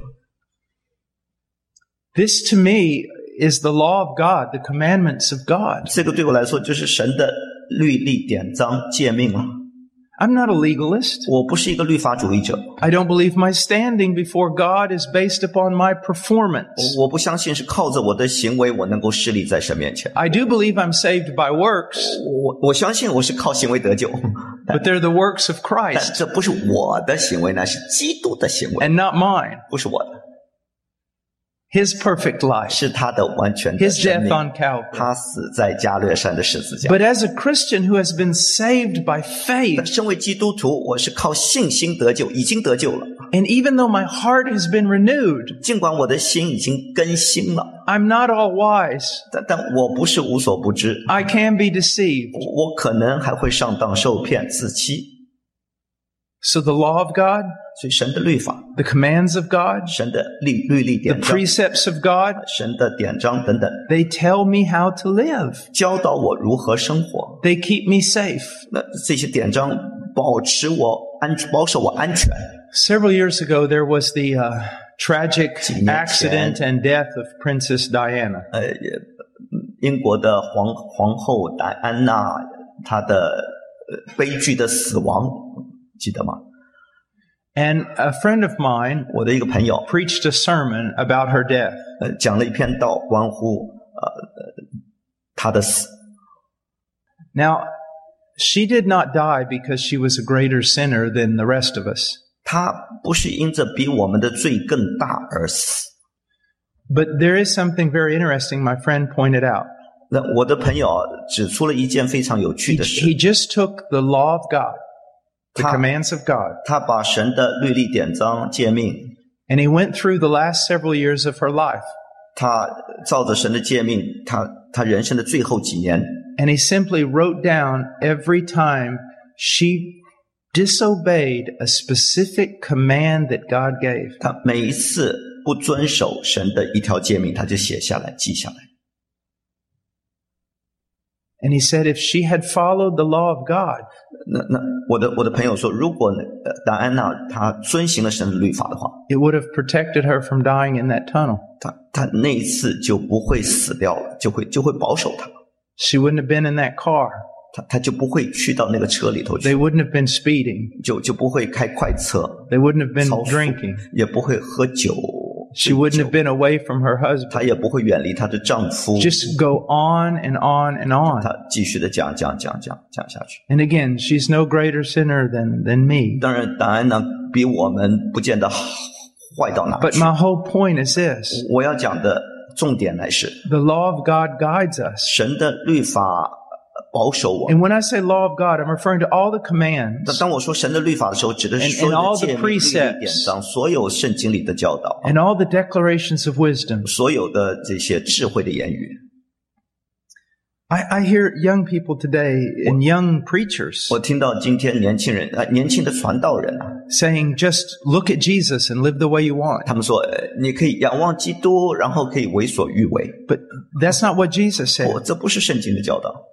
[SPEAKER 1] This to me is the law of God, the commandments of God.
[SPEAKER 2] 这个对我来说就是神的律例典章诫命了。
[SPEAKER 1] I'm not a legalist.
[SPEAKER 2] 我不是一个律法主义者，
[SPEAKER 1] I don't believe my standing before God is based upon my performance.
[SPEAKER 2] 我不相信是靠着我的行为我能够势立在神面前。
[SPEAKER 1] I do believe I'm saved by works,
[SPEAKER 2] 我我相信我是靠行为得 救，
[SPEAKER 1] but they're the works of
[SPEAKER 2] 但
[SPEAKER 1] Christ
[SPEAKER 2] 这不是我的行为，那是基督的行为，
[SPEAKER 1] and not mine.
[SPEAKER 2] 不是我的。
[SPEAKER 1] His perfect life,
[SPEAKER 2] 是他的完全的
[SPEAKER 1] His
[SPEAKER 2] 生
[SPEAKER 1] death
[SPEAKER 2] 命。
[SPEAKER 1] on Calvary.
[SPEAKER 2] 他死在加略山的十字架。
[SPEAKER 1] But as a Christian who has been saved by faith,
[SPEAKER 2] 身为基督徒，我是靠信心得救，已经得救了。
[SPEAKER 1] and even though my heart has been renewed,
[SPEAKER 2] 尽管我的心已经更新了，
[SPEAKER 1] I'm not all wise.
[SPEAKER 2] 但但我不是无所不知，
[SPEAKER 1] I can be deceived.
[SPEAKER 2] 我我可能还会上当受骗、自欺。
[SPEAKER 1] So the law of God,
[SPEAKER 2] 所以，神的律法、
[SPEAKER 1] the commands of God,
[SPEAKER 2] 神的律律例
[SPEAKER 1] the
[SPEAKER 2] 典章、
[SPEAKER 1] precepts of God,
[SPEAKER 2] 神的典章等等，
[SPEAKER 1] they tell me how to live.
[SPEAKER 2] 教导我如何生活。
[SPEAKER 1] They keep me safe.
[SPEAKER 2] 那这些典章保持我安，保守我安全。
[SPEAKER 1] Several years ago, there was the uh, tragic accident and death of Princess Diana.
[SPEAKER 2] 呃，也英国的皇皇后戴安娜，她的呃悲剧的死亡，记得吗？
[SPEAKER 1] And a friend of mine
[SPEAKER 2] 我的一个朋友，
[SPEAKER 1] preached a sermon about her death.
[SPEAKER 2] 呃，讲了一篇道关乎呃呃她的死。
[SPEAKER 1] Now, she did not die because she was a greater sinner than the rest of us.
[SPEAKER 2] 她不是因着比我们的罪更大而死。
[SPEAKER 1] But there is something very interesting my friend pointed out.
[SPEAKER 2] 那我的朋友指出了一件非常有趣
[SPEAKER 1] He,
[SPEAKER 2] 的
[SPEAKER 1] he
[SPEAKER 2] 事，
[SPEAKER 1] just took the law of God, the
[SPEAKER 2] Huh.
[SPEAKER 1] commands of God,
[SPEAKER 2] 他把神的律例典章诫命，
[SPEAKER 1] and he went through the last several years of her life,
[SPEAKER 2] 他照着神的诫命，他他人生的最后几年，
[SPEAKER 1] and he simply wrote down every time she disobeyed a specific command that God gave.
[SPEAKER 2] 他每一次不遵守神的一条诫命，他就写下来记下来。
[SPEAKER 1] And he said if she had followed the law of God,
[SPEAKER 2] 那那我的我的朋友说，如果呃达安娜她遵行了神的律法的话，
[SPEAKER 1] it would have protected her from dying in that tunnel.
[SPEAKER 2] 她她那一次就不会死掉了，就会就会保守她，
[SPEAKER 1] She wouldn't have been in that car.
[SPEAKER 2] 她她就不会去到那个车里头
[SPEAKER 1] They
[SPEAKER 2] 去，
[SPEAKER 1] wouldn't have been speeding.
[SPEAKER 2] 就就不会开快车，
[SPEAKER 1] They wouldn't have been
[SPEAKER 2] 超速
[SPEAKER 1] drinking.
[SPEAKER 2] 也不会喝酒，
[SPEAKER 1] She wouldn't have been away from her husband.
[SPEAKER 2] 她也不会远离她的丈夫。
[SPEAKER 1] Just go on and on and on.
[SPEAKER 2] 她继续的讲讲讲讲讲下去。
[SPEAKER 1] And again, she's no greater sinner than, than me.
[SPEAKER 2] 当然，答案呢比我们不见得好坏到哪
[SPEAKER 1] But
[SPEAKER 2] 去。
[SPEAKER 1] my whole point is this
[SPEAKER 2] 我要讲的重点来是
[SPEAKER 1] the law of God guides us.
[SPEAKER 2] 神的律法呃保守我。
[SPEAKER 1] And when I say law of God, I'm referring to all the
[SPEAKER 2] 那
[SPEAKER 1] commands
[SPEAKER 2] 当我说神的律法的时候，指的是
[SPEAKER 1] And-
[SPEAKER 2] 所
[SPEAKER 1] and all
[SPEAKER 2] 有
[SPEAKER 1] the
[SPEAKER 2] 的诫命、律例
[SPEAKER 1] precepts
[SPEAKER 2] 典章，所有圣经里的教导，
[SPEAKER 1] and all the declarations of wisdom.
[SPEAKER 2] 所有的这些智慧的言语。
[SPEAKER 1] I, I hear young people today and young preachers
[SPEAKER 2] 我听到今天年轻人啊、呃年轻的传道人啊，
[SPEAKER 1] saying, just look at Jesus and live the way you want.
[SPEAKER 2] 他们说，呃，你可以仰望基督，然后可以为所欲为。
[SPEAKER 1] But that's not what Jesus
[SPEAKER 2] 我、
[SPEAKER 1] said.
[SPEAKER 2] 这不是圣经的教导。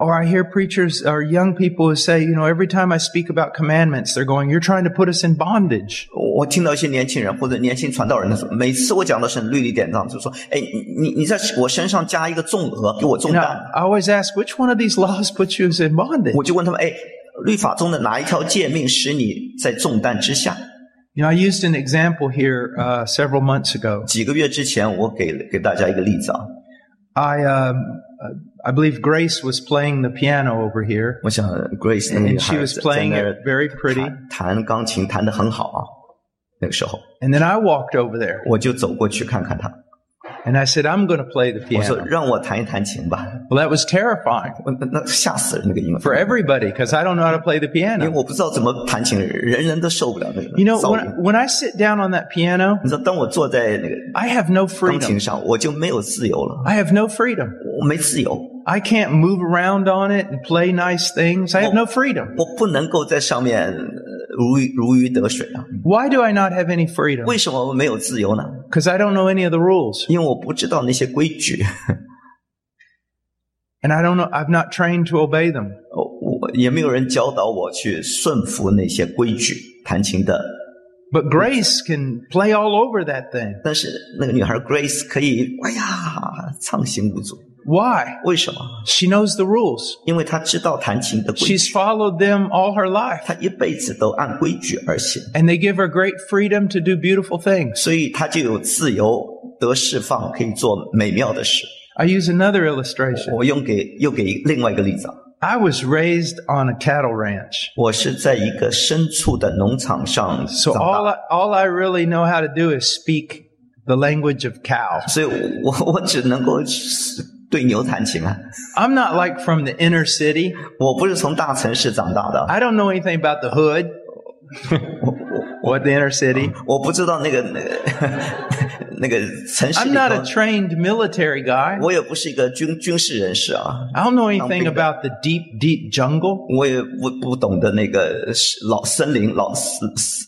[SPEAKER 1] Or I hear preachers or young people who say, you know, every time I speak about commandments, they're going, you're trying to put us in bondage.
[SPEAKER 2] 我听到一些年轻人或者年轻传道人的时候，每次我讲到神律例典章，就说：“哎，你你你在我身上加一个重额，给我重
[SPEAKER 1] And
[SPEAKER 2] 担。
[SPEAKER 1] I, I always ask, which one of these laws puts you in ” bondage?
[SPEAKER 2] 我就问他们：“哎，律法中的哪一条诫命使你在重担之下
[SPEAKER 1] You know, I used an example here uh, several months ago.？”
[SPEAKER 2] 几个月之前，我给给大家一个例子啊，
[SPEAKER 1] I, um, uh, I believe Grace was playing the piano over here,
[SPEAKER 2] 我想 Grace 那个
[SPEAKER 1] And
[SPEAKER 2] 女
[SPEAKER 1] she
[SPEAKER 2] 孩
[SPEAKER 1] was
[SPEAKER 2] 子在
[SPEAKER 1] playing
[SPEAKER 2] 那
[SPEAKER 1] it very
[SPEAKER 2] 儿
[SPEAKER 1] pretty.
[SPEAKER 2] 弹弹钢琴，弹得很好啊。那个时候，
[SPEAKER 1] and then I walked over there
[SPEAKER 2] 我就走过去看看她，
[SPEAKER 1] and I said, "I'm going to play the
[SPEAKER 2] 我说
[SPEAKER 1] piano."
[SPEAKER 2] 让我弹一弹琴吧。
[SPEAKER 1] Well, that was terrifying
[SPEAKER 2] 我那那吓死人那个音
[SPEAKER 1] for everybody because I don't know how to play the
[SPEAKER 2] 因为
[SPEAKER 1] piano.
[SPEAKER 2] 我不知道怎么弹琴，人人都受不了那个噪音。
[SPEAKER 1] You know, when I, when I sit down on that piano,
[SPEAKER 2] 你知道，当我坐在那个
[SPEAKER 1] I have no
[SPEAKER 2] 钢
[SPEAKER 1] freedom.
[SPEAKER 2] 琴上，我就没有自由了，
[SPEAKER 1] I have no freedom.
[SPEAKER 2] 我没自由，
[SPEAKER 1] I can't move around on it and play nice things. I have no freedom.
[SPEAKER 2] 我不能够在上面呃如鱼如鱼得水啊！
[SPEAKER 1] Why do I not have any freedom?
[SPEAKER 2] 为什么我没有自由呢？
[SPEAKER 1] Because I don't know any of the rules.
[SPEAKER 2] 因为我不知道那些规矩， 呃
[SPEAKER 1] And I don't know, I've not trained to obey them.
[SPEAKER 2] 我我也没有人教导我去顺服那些规矩。弹琴的，
[SPEAKER 1] But grace can play all over that thing.
[SPEAKER 2] 但是那个女孩 Grace 可以，哎呀，畅行无阻。
[SPEAKER 1] Why?
[SPEAKER 2] 为什么？
[SPEAKER 1] She knows the rules.
[SPEAKER 2] 因为她知道弹琴的规矩，
[SPEAKER 1] She's followed them all her life.
[SPEAKER 2] 她一辈子都按规矩而行，
[SPEAKER 1] And they give her great freedom to do beautiful things.
[SPEAKER 2] 所以她就有自由得释放，可以做美妙的事。
[SPEAKER 1] I use another illustration.
[SPEAKER 2] 我用给又给另外一个例子啊，
[SPEAKER 1] I was raised on a cattle ranch.
[SPEAKER 2] 我是在一个牲畜的农场上
[SPEAKER 1] So
[SPEAKER 2] 长
[SPEAKER 1] all
[SPEAKER 2] 大，
[SPEAKER 1] I, all I really know how to do is speak the language of cows.
[SPEAKER 2] 所以我 我只能够对牛弹琴啊。
[SPEAKER 1] I'm not like from the inner city.
[SPEAKER 2] 我不是从大城市长大的，
[SPEAKER 1] I don't know anything about the hood. what the inner city?
[SPEAKER 2] 我不知道那个 那个那个城市
[SPEAKER 1] I'm
[SPEAKER 2] 里
[SPEAKER 1] not a
[SPEAKER 2] 头，
[SPEAKER 1] trained military guy.
[SPEAKER 2] 我也不是一个军军事人士啊，
[SPEAKER 1] I don't know anything
[SPEAKER 2] big
[SPEAKER 1] about the deep, deep jungle.
[SPEAKER 2] 我也不不懂得那个老森林、老深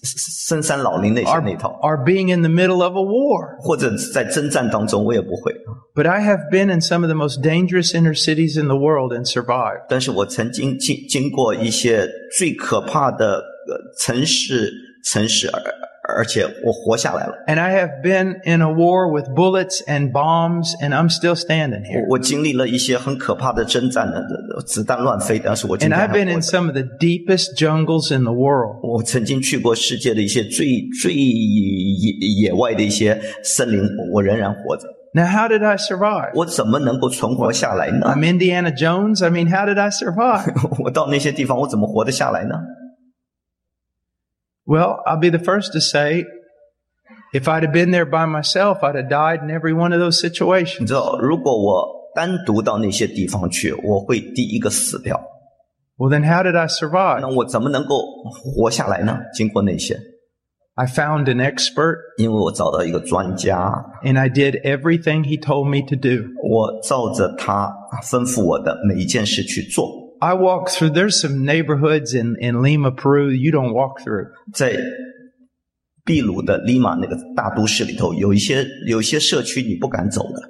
[SPEAKER 2] 深山老林那些
[SPEAKER 1] Or,
[SPEAKER 2] 那套，
[SPEAKER 1] or being in the middle of a war.
[SPEAKER 2] 或者在征战当中我也不会。
[SPEAKER 1] But I have been in some of the most dangerous inner cities in the world and survived.
[SPEAKER 2] 但是我曾经经经过一些最可怕的呃城市城市，而而且我活下来了。
[SPEAKER 1] And I have been in a war with bullets and bombs, and I'm still standing here.
[SPEAKER 2] 我我经历了一些很可怕的征战的子弹乱飞，但是我今
[SPEAKER 1] And
[SPEAKER 2] 天还
[SPEAKER 1] I've
[SPEAKER 2] 活
[SPEAKER 1] been in
[SPEAKER 2] 着。
[SPEAKER 1] some of the deepest jungles in the world.
[SPEAKER 2] 我曾经去过世界的一些最最野野外的一些森林，我我仍然活着。
[SPEAKER 1] Now, how did I survive?
[SPEAKER 2] 我怎么能够存活下来呢？
[SPEAKER 1] I'm Indiana Jones. I mean, how did I survive?
[SPEAKER 2] 我到那些地方，我怎么活得下来呢？
[SPEAKER 1] well, I'll be the first to say if I'd have been there by myself, I'd have died in every one of those
[SPEAKER 2] 你
[SPEAKER 1] situations.
[SPEAKER 2] 知道，如果我单独到那些地方去，我会第一个死掉。
[SPEAKER 1] Well, then how did I survive?
[SPEAKER 2] 那我怎么能够活下来呢？经过那些，
[SPEAKER 1] I found an expert
[SPEAKER 2] 因为我找到一个专家，
[SPEAKER 1] and I did everything he told me to do.
[SPEAKER 2] 我照着他吩咐我的每一件事去做。
[SPEAKER 1] I walked through, there's some neighborhoods in, in Lima, Peru you don't walk through.
[SPEAKER 2] 在秘鲁的利马那个大都市里头，有一些有一些社区你不敢走的，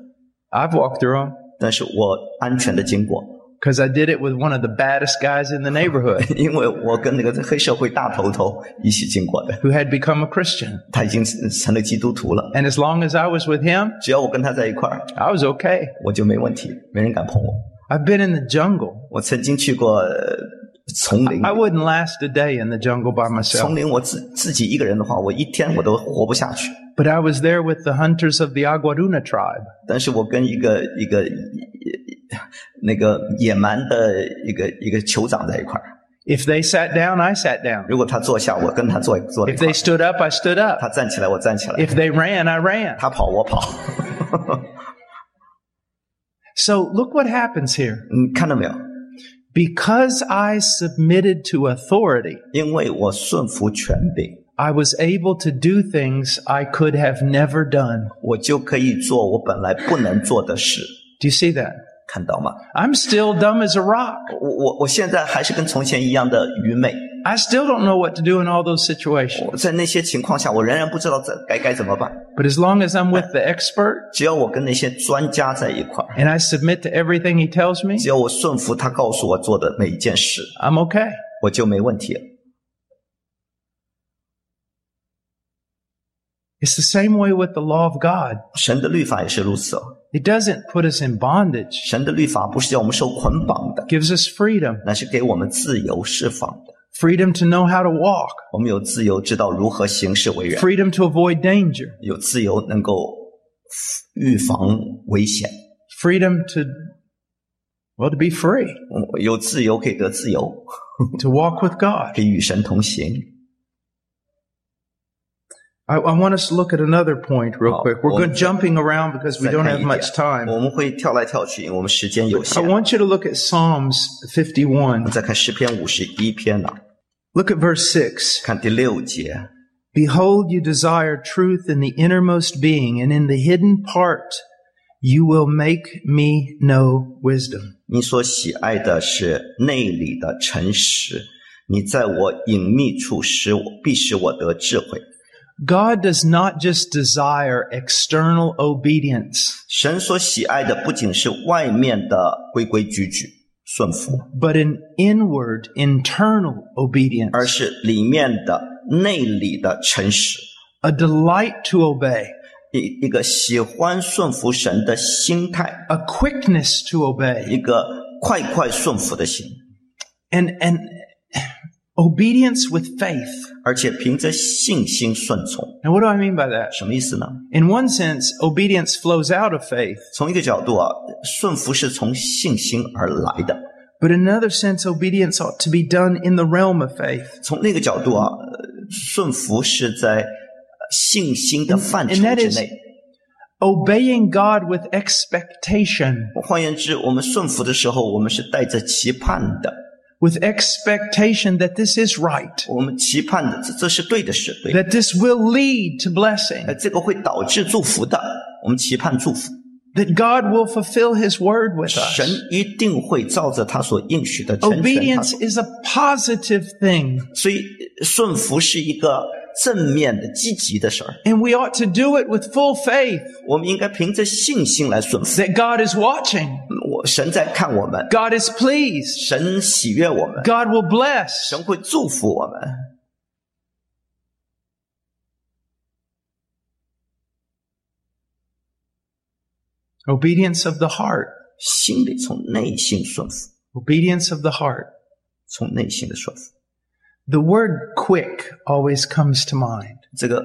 [SPEAKER 1] I've walked through them
[SPEAKER 2] 但是我安全的经过，
[SPEAKER 1] because I did it with one of the baddest guys in the neighborhood.
[SPEAKER 2] 因为我跟那个黑社会大头头一起经过的，
[SPEAKER 1] who had become a Christian.
[SPEAKER 2] 他已经成了基督徒了。
[SPEAKER 1] And as long as I was with him,
[SPEAKER 2] 只要我跟他在一块儿，
[SPEAKER 1] I was okay.
[SPEAKER 2] 我就没问题，没人敢碰我。
[SPEAKER 1] I've been in the jungle.
[SPEAKER 2] 我曾经去过呃丛林，
[SPEAKER 1] I wouldn't last a day in the jungle by
[SPEAKER 2] 丛
[SPEAKER 1] myself,
[SPEAKER 2] 林我自自己一个人的话，我一天我都活不下去。
[SPEAKER 1] but I was there with the hunters of the Aguaruna tribe.
[SPEAKER 2] 但是我跟一个一个那个野蛮的一个一个酋长在一块儿，
[SPEAKER 1] If they sat down, I sat down.
[SPEAKER 2] 如果他坐下，我跟他坐坐在一
[SPEAKER 1] If
[SPEAKER 2] 块
[SPEAKER 1] they
[SPEAKER 2] 儿
[SPEAKER 1] stood up, I stood
[SPEAKER 2] 他
[SPEAKER 1] up.
[SPEAKER 2] 站起来，我站起来；
[SPEAKER 1] If they ran, I ran.
[SPEAKER 2] 他跑，我跑。
[SPEAKER 1] So look what happens here.
[SPEAKER 2] 嗯，看到没有？
[SPEAKER 1] Because I submitted to authority,
[SPEAKER 2] 因为我顺服权柄，
[SPEAKER 1] I was able to do things I could have never done.
[SPEAKER 2] 我就可以做我本来不能做的事，
[SPEAKER 1] Do you see that?
[SPEAKER 2] 看到吗？
[SPEAKER 1] I'm still dumb as a rock.
[SPEAKER 2] 我我我现在还是跟从前一样的愚昧。
[SPEAKER 1] I still don't know what to do in all those situations.
[SPEAKER 2] 我在那些情况下，我仍然不知道这该该怎么办。
[SPEAKER 1] But as long as I'm with the expert
[SPEAKER 2] 只要我跟那些专家在一块儿，
[SPEAKER 1] and I submit to everything he tells me,
[SPEAKER 2] 只要我顺服他告诉我做的每一件事，
[SPEAKER 1] I'm okay.
[SPEAKER 2] 我就没问题了。
[SPEAKER 1] It's the same way with the law of God.
[SPEAKER 2] 神的律法也是如此哦。
[SPEAKER 1] It doesn't put us in bondage,
[SPEAKER 2] 神的律法不是叫我们受捆绑的
[SPEAKER 1] it，gives us freedom,
[SPEAKER 2] 乃是给我们自由释放的。
[SPEAKER 1] freedom to know how to walk,
[SPEAKER 2] 我们有自由知道如何行事为人，
[SPEAKER 1] freedom to avoid danger,
[SPEAKER 2] 有自由能够预防危险，
[SPEAKER 1] freedom to well to be free,
[SPEAKER 2] 我有自由可以得自由，
[SPEAKER 1] to walk with God.
[SPEAKER 2] 可以与神同行。
[SPEAKER 1] I, I want us to look at another point real
[SPEAKER 2] Oh,
[SPEAKER 1] quick. We're
[SPEAKER 2] well,
[SPEAKER 1] good, jumping around because we
[SPEAKER 2] 再
[SPEAKER 1] don't
[SPEAKER 2] 看
[SPEAKER 1] have
[SPEAKER 2] 一
[SPEAKER 1] much
[SPEAKER 2] 点，
[SPEAKER 1] time.
[SPEAKER 2] 我们会跳来跳去，因为我们时间有限
[SPEAKER 1] I。want you to look at Psalms 51.
[SPEAKER 2] 再看诗篇五十一篇呢、
[SPEAKER 1] Look at verse 6.
[SPEAKER 2] 看第六节，
[SPEAKER 1] Behold, you desire truth in the innermost being, and in the hidden part you will make me know wisdom.
[SPEAKER 2] 你所喜爱的是内里的诚实，你在我隐秘处使我，必使我得智慧。
[SPEAKER 1] God does not just desire external obedience,
[SPEAKER 2] 神所喜爱的不仅是外面的规规矩矩顺服，
[SPEAKER 1] but an inward, internal
[SPEAKER 2] 而
[SPEAKER 1] obedience,
[SPEAKER 2] 是里面的内里的诚实，
[SPEAKER 1] a delight to obey,
[SPEAKER 2] 一一个喜欢顺服神的心态，
[SPEAKER 1] a quickness to
[SPEAKER 2] 一
[SPEAKER 1] obey,
[SPEAKER 2] 个快快顺服的心，
[SPEAKER 1] and, and obedience with faith.
[SPEAKER 2] 而且凭着信心顺从。
[SPEAKER 1] Now, what do I mean by that?
[SPEAKER 2] 什么意思呢？
[SPEAKER 1] In one sense, obedience flows out of faith,
[SPEAKER 2] 从一个角度啊，顺服是从信心而来的，
[SPEAKER 1] But in another sense, obedience ought to be done in the realm of faith.
[SPEAKER 2] 从那个角度啊，呃顺服是在呃信心的范畴
[SPEAKER 1] And that
[SPEAKER 2] 之
[SPEAKER 1] is
[SPEAKER 2] 内。
[SPEAKER 1] Obeying God with expectation.
[SPEAKER 2] 换言之，我们顺服的时候，我们是带着期盼的，
[SPEAKER 1] With expectation that this is right.
[SPEAKER 2] 我们期盼的这这是对的事，对的。
[SPEAKER 1] That this will lead to blessing.
[SPEAKER 2] 呃，这个会导致祝福的，我们期盼祝福，
[SPEAKER 1] That God will fulfill His word with us.
[SPEAKER 2] 神一定会照着他所应许的成全他
[SPEAKER 1] Obedience
[SPEAKER 2] 所。
[SPEAKER 1] is a positive thing.
[SPEAKER 2] 所以，呃顺服是一个正面的、积极的事儿，
[SPEAKER 1] And we ought to do it with full faith
[SPEAKER 2] 我们应该凭着信心来顺服。
[SPEAKER 1] that God is watching.
[SPEAKER 2] 我神在看我们，
[SPEAKER 1] God is pleased.
[SPEAKER 2] 神喜悦我们，
[SPEAKER 1] God will bless.
[SPEAKER 2] 神会祝福我们。
[SPEAKER 1] Obedience of the heart.
[SPEAKER 2] 心里从内心顺服，
[SPEAKER 1] Obedience of the heart.
[SPEAKER 2] 从内心的顺服。
[SPEAKER 1] The word quick always comes to mind.
[SPEAKER 2] 这个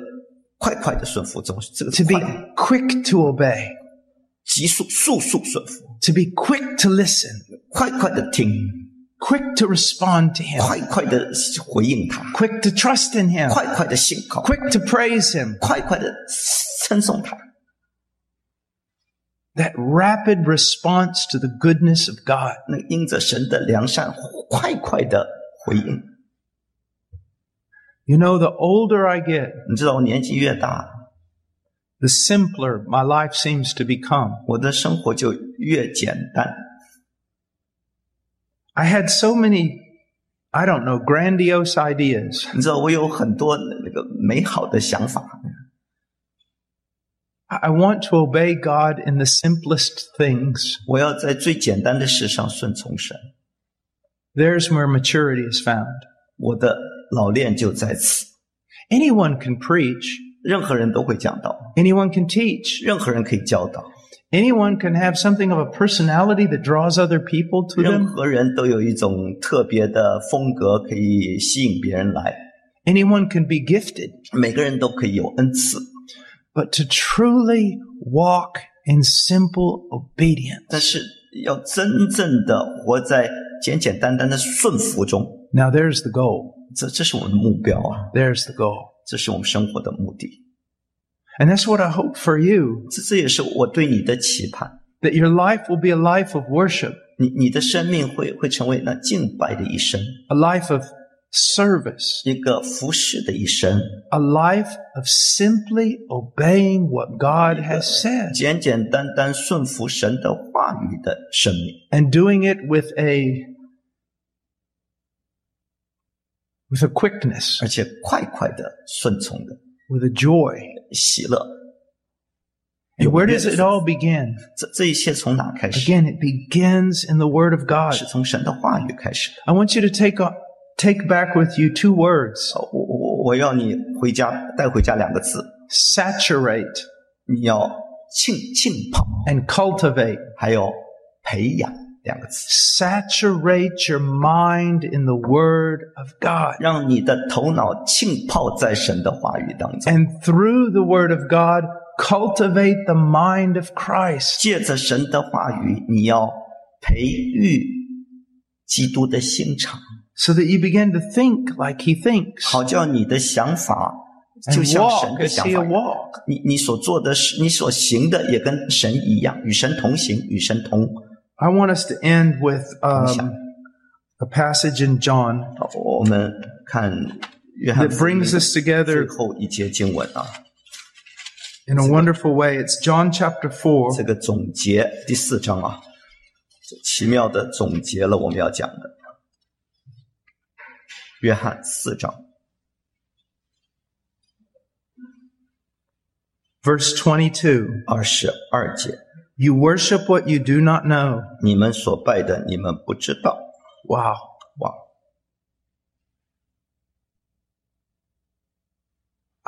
[SPEAKER 2] 快快的顺服，总是这个
[SPEAKER 1] To
[SPEAKER 2] 快
[SPEAKER 1] be quick to obey.
[SPEAKER 2] 急速速速顺服，
[SPEAKER 1] To be quick to listen.
[SPEAKER 2] 快快的听，
[SPEAKER 1] Quick to respond to Him.
[SPEAKER 2] 快快的回应他，
[SPEAKER 1] Quick to trust in Him.
[SPEAKER 2] 快快的信靠，
[SPEAKER 1] Quick to praise Him.
[SPEAKER 2] 快快的称颂他。
[SPEAKER 1] That rapid response to the goodness of God.
[SPEAKER 2] 那因着神的良善，快快的回应。
[SPEAKER 1] You know, the older I get,
[SPEAKER 2] 你知道，我年纪越大，
[SPEAKER 1] the simpler my life seems to become.
[SPEAKER 2] 我的生活就越简单。
[SPEAKER 1] I had so many, I don't know, grandiose ideas.
[SPEAKER 2] 你知道，我有很多那个美好的想法，
[SPEAKER 1] I I want to obey God in the simplest things.
[SPEAKER 2] 我要在最简单的事上顺从神。
[SPEAKER 1] There's where maturity is found.
[SPEAKER 2] 我的老练就在此。
[SPEAKER 1] Anyone can preach.
[SPEAKER 2] 任何人都会讲到，
[SPEAKER 1] Anyone can teach.
[SPEAKER 2] 任何人可以教导，
[SPEAKER 1] Anyone can have something of a personality that draws other people to
[SPEAKER 2] 任
[SPEAKER 1] them.
[SPEAKER 2] 何人都有一种特别的风格可以吸引别人来，
[SPEAKER 1] Anyone can be gifted.
[SPEAKER 2] 每个人都可以有恩赐。
[SPEAKER 1] But to truly walk in simple
[SPEAKER 2] 但
[SPEAKER 1] obedience.
[SPEAKER 2] 是要真正的活在简简单单的顺服中，
[SPEAKER 1] Now there's the goal.
[SPEAKER 2] 这这是我们的目标啊，
[SPEAKER 1] There's the goal.
[SPEAKER 2] 这是我们生活的目的，
[SPEAKER 1] And that's what I hope for you,
[SPEAKER 2] 这这也是我对你的期盼。
[SPEAKER 1] that your life will be a life of worship,
[SPEAKER 2] 你你的生命会会成为那敬拜的一生，
[SPEAKER 1] a life of service,
[SPEAKER 2] 一个服侍的一生，
[SPEAKER 1] a life of simply obeying what God has said
[SPEAKER 2] 简简单单顺服神的话语的生命。
[SPEAKER 1] and doing it with a with a quickness,
[SPEAKER 2] 而且快快的、顺从的、
[SPEAKER 1] with a joy.
[SPEAKER 2] 喜乐。
[SPEAKER 1] And where does
[SPEAKER 2] 有
[SPEAKER 1] it all begin?
[SPEAKER 2] 这这一切从哪开始？
[SPEAKER 1] Again, it begins in the Word of God.
[SPEAKER 2] 是从神的话语开始的。
[SPEAKER 1] I want you to take on, take back with you two words:
[SPEAKER 2] 我我我我要你回家带回家两个字，
[SPEAKER 1] saturate
[SPEAKER 2] 你要浸浸泡，
[SPEAKER 1] and cultivate.
[SPEAKER 2] 还有培养两个字，
[SPEAKER 1] Saturate your mind in the Word of God.
[SPEAKER 2] 让你的头脑浸泡在神的话语当中，
[SPEAKER 1] And through the Word of God, cultivate the mind of Christ.
[SPEAKER 2] 借着神的话语，你要培育基督的心肠，
[SPEAKER 1] So that you begin to think like He thinks
[SPEAKER 2] 好叫你的想法就
[SPEAKER 1] and
[SPEAKER 2] 像神
[SPEAKER 1] walk as
[SPEAKER 2] 的想
[SPEAKER 1] He
[SPEAKER 2] 法一样。
[SPEAKER 1] 哎 walk.
[SPEAKER 2] 你你所做的事，你所行的也跟神一样，与神同行，与神同。
[SPEAKER 1] I want us to end with um, a passage in John
[SPEAKER 2] 好我们看约翰
[SPEAKER 1] that
[SPEAKER 2] 福音
[SPEAKER 1] brings us
[SPEAKER 2] 最
[SPEAKER 1] together
[SPEAKER 2] 后一节经文啊，
[SPEAKER 1] in a wonderful way. It's John chapter
[SPEAKER 2] 这
[SPEAKER 1] 4,
[SPEAKER 2] 个总结第四章啊，这奇妙的总结了我们要讲的。约翰四章
[SPEAKER 1] verse 22.
[SPEAKER 2] 二十二节，
[SPEAKER 1] You worship what you do not know.
[SPEAKER 2] 你们所拜的，你们不知道。
[SPEAKER 1] Wow.
[SPEAKER 2] 哇，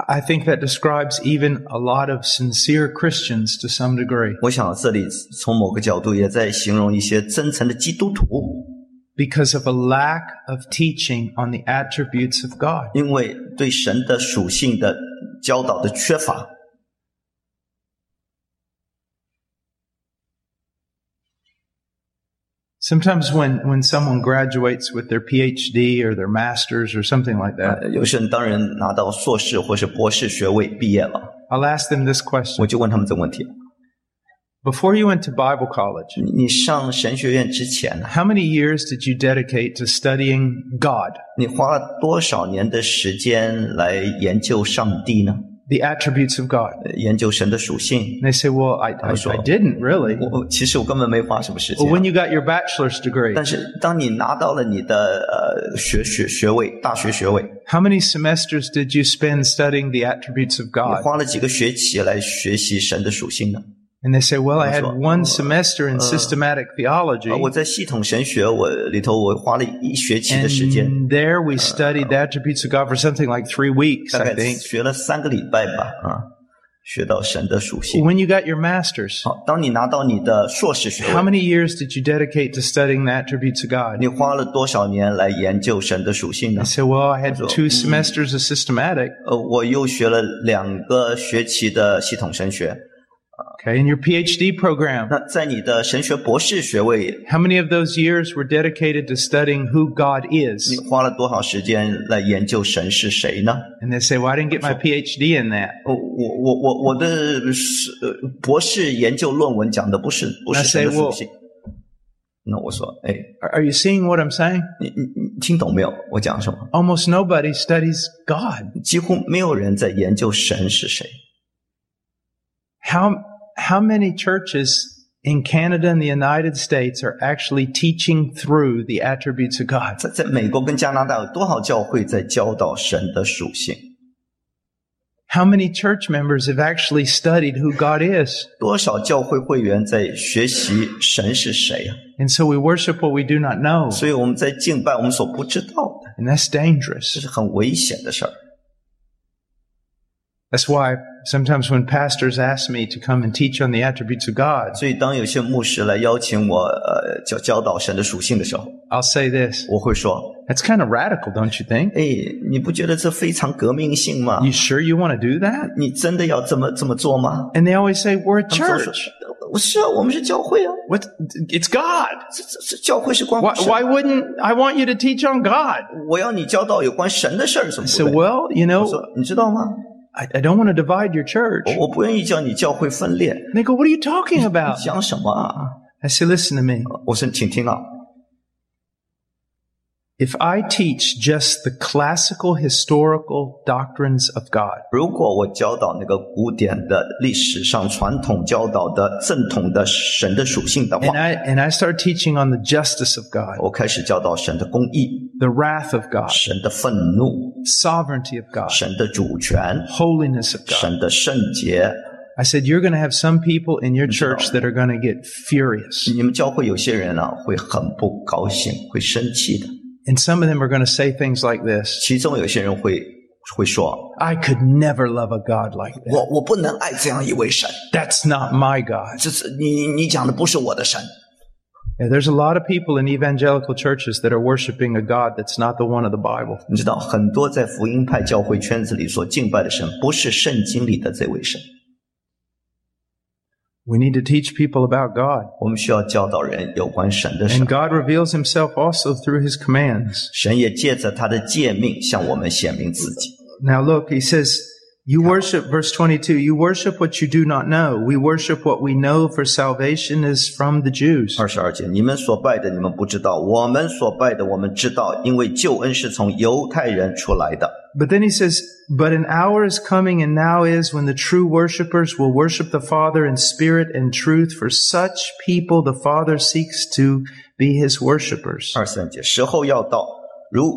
[SPEAKER 1] I think that describes even a lot of sincere Christians to some degree.
[SPEAKER 2] 我想这里从某个角度也在形容一些真诚的基督徒。
[SPEAKER 1] because of a lack of teaching on the attributes of God.
[SPEAKER 2] 因为对神的属性的教导的缺乏，
[SPEAKER 1] Sometimes when, when someone graduates with their PhD or their master's or something like that,
[SPEAKER 2] 呃有些人当然拿到硕士或是博士学位毕业了，
[SPEAKER 1] I'll ask them this question.
[SPEAKER 2] 我就问他们这个问题：
[SPEAKER 1] Before you went to Bible college,
[SPEAKER 2] 你你上神学院之前，
[SPEAKER 1] how many years did you dedicate to studying God,
[SPEAKER 2] 你花了多少年的时间来研究上帝呢？
[SPEAKER 1] the attributes of God?
[SPEAKER 2] 呃研究神的属性？
[SPEAKER 1] And they say, well, I, I, I didn't really.
[SPEAKER 2] 我我其实我根本没花什么时间
[SPEAKER 1] Well, when you got your bachelor's degree,
[SPEAKER 2] 但是当你拿到了你的呃学学学位，大学学位，
[SPEAKER 1] how many semesters did you spend studying the attributes of
[SPEAKER 2] 你
[SPEAKER 1] God?
[SPEAKER 2] 花了几个学期来学习神的属性呢？
[SPEAKER 1] And they say, well, I had
[SPEAKER 2] That's what-
[SPEAKER 1] one semester in systematic theology.
[SPEAKER 2] 啊，我在系统神学我里头我花了一学期的时间，
[SPEAKER 1] And there we studied the attributes of God for something like three weeks,
[SPEAKER 2] 大
[SPEAKER 1] I
[SPEAKER 2] 概
[SPEAKER 1] think.
[SPEAKER 2] 学了三个礼拜吧，啊，学到神的属性。
[SPEAKER 1] When you got your master's,
[SPEAKER 2] 好，当你拿到你的硕士学
[SPEAKER 1] how
[SPEAKER 2] 位，
[SPEAKER 1] many years did you dedicate to studying the attributes of God?
[SPEAKER 2] 你花了多少年来研究神的属性呢
[SPEAKER 1] I？said, well, I had
[SPEAKER 2] That's what-
[SPEAKER 1] two semesters of systematic.
[SPEAKER 2] 呃，我又学了两个学期的系统神学。
[SPEAKER 1] Okay. And your PhD program,
[SPEAKER 2] 那在你的神学博士学位，
[SPEAKER 1] how many of those years were dedicated to studying who God
[SPEAKER 2] 你
[SPEAKER 1] is?
[SPEAKER 2] 花了多少时间来研究神是谁呢？
[SPEAKER 1] And they say, well, I didn't get my PhD in that.
[SPEAKER 2] 呃我我我我的是呃博士研究论文讲的不是不是神的属性。那我说，哎，
[SPEAKER 1] Are are you seeing what I'm saying?
[SPEAKER 2] 你你你听懂没有？我讲什么？
[SPEAKER 1] Almost nobody studies God.
[SPEAKER 2] 几乎没有人在研究神是谁。
[SPEAKER 1] How, how many churches in Canada and the United States are actually teaching through the attributes of God?
[SPEAKER 2] 在在美国跟加拿大有多少教会在教导神的属性？
[SPEAKER 1] How many church members have actually studied who God is?
[SPEAKER 2] 多少教会会员在学习神是谁啊？
[SPEAKER 1] And so we worship what we do not know.
[SPEAKER 2] 所以我们在敬拜我们所不知道的，
[SPEAKER 1] And that's
[SPEAKER 2] 这
[SPEAKER 1] dangerous.
[SPEAKER 2] 是很危险的事儿。
[SPEAKER 1] That's why sometimes when pastors ask me to come and teach on the attributes of God,
[SPEAKER 2] 所以当有些牧师来邀请我呃教教导神的属性的时候，
[SPEAKER 1] I'll say this.
[SPEAKER 2] 我会说：
[SPEAKER 1] That's kind of radical, don't you think?
[SPEAKER 2] 哎，你不觉得这非常革命性吗？
[SPEAKER 1] You sure you want to do that?
[SPEAKER 2] 你真的要这么这么做吗？
[SPEAKER 1] And they always say, We're a
[SPEAKER 2] 他们说
[SPEAKER 1] church.
[SPEAKER 2] 我是啊，我们是教会啊，
[SPEAKER 1] What? It's God.
[SPEAKER 2] 这这这教会是关乎
[SPEAKER 1] Why,
[SPEAKER 2] 神
[SPEAKER 1] why wouldn't I want you to teach on God?
[SPEAKER 2] 我要你教导有关神的事儿，
[SPEAKER 1] I
[SPEAKER 2] 怎么
[SPEAKER 1] said,
[SPEAKER 2] 不对？
[SPEAKER 1] Well, you
[SPEAKER 2] 我
[SPEAKER 1] know,
[SPEAKER 2] 说你知道吗？
[SPEAKER 1] I, I don't want to divide your church.
[SPEAKER 2] 我我不愿意叫你教会分裂。
[SPEAKER 1] And they go, What are you talking about?
[SPEAKER 2] 你讲什么啊？
[SPEAKER 1] I said, Listen to me.
[SPEAKER 2] 我说，请听啊，
[SPEAKER 1] If I teach just the classical historical doctrines of God,
[SPEAKER 2] 如果我教导那个古典的历史上传统教导的正统的神的属性的
[SPEAKER 1] and
[SPEAKER 2] 话，
[SPEAKER 1] I, and I start teaching on the justice of God,
[SPEAKER 2] 我开始教导神的公义、
[SPEAKER 1] the wrath of God,
[SPEAKER 2] 神的愤怒、
[SPEAKER 1] sovereignty of God,
[SPEAKER 2] 神的主权、
[SPEAKER 1] holiness of God,
[SPEAKER 2] 神的圣洁。
[SPEAKER 1] I said, You're going to have some people in your church that are going to get furious.
[SPEAKER 2] 你们教会有些人啊，会很不高兴，会生气的。
[SPEAKER 1] And some of them are going to say things like this
[SPEAKER 2] 其中有些人会会说
[SPEAKER 1] I could never love a God like：“that.
[SPEAKER 2] 我我不能爱这样一位神，
[SPEAKER 1] That's not my God.
[SPEAKER 2] 这是你你你讲的不是我的神。”
[SPEAKER 1] Yeah, there's a lot of people in evangelical churches that are worshiping a God that's not the one of the Bible.
[SPEAKER 2] 你知道，很多在福音派教会圈子里所敬拜的神，不是圣经里的这位神。
[SPEAKER 1] We need to teach people about God.
[SPEAKER 2] 我们需要教导人有关神的
[SPEAKER 1] And，
[SPEAKER 2] 神
[SPEAKER 1] God reveals himself also through his commands.
[SPEAKER 2] 神也借着他的诫命向我们显明自己。
[SPEAKER 1] Now look, he says, you worship, verse 22, you worship what you do not know. We worship what we know for salvation is from the Jews.
[SPEAKER 2] 二十二节，你们所拜的你们不知道，我们所拜的我们知道，因为救恩是从犹太人出来的。
[SPEAKER 1] But then he says, but an hour is coming and now is when the true worshipers will worship the Father in spirit and truth. For such people, the Father seeks to be his worshipers.
[SPEAKER 2] 二三节，时候要到，如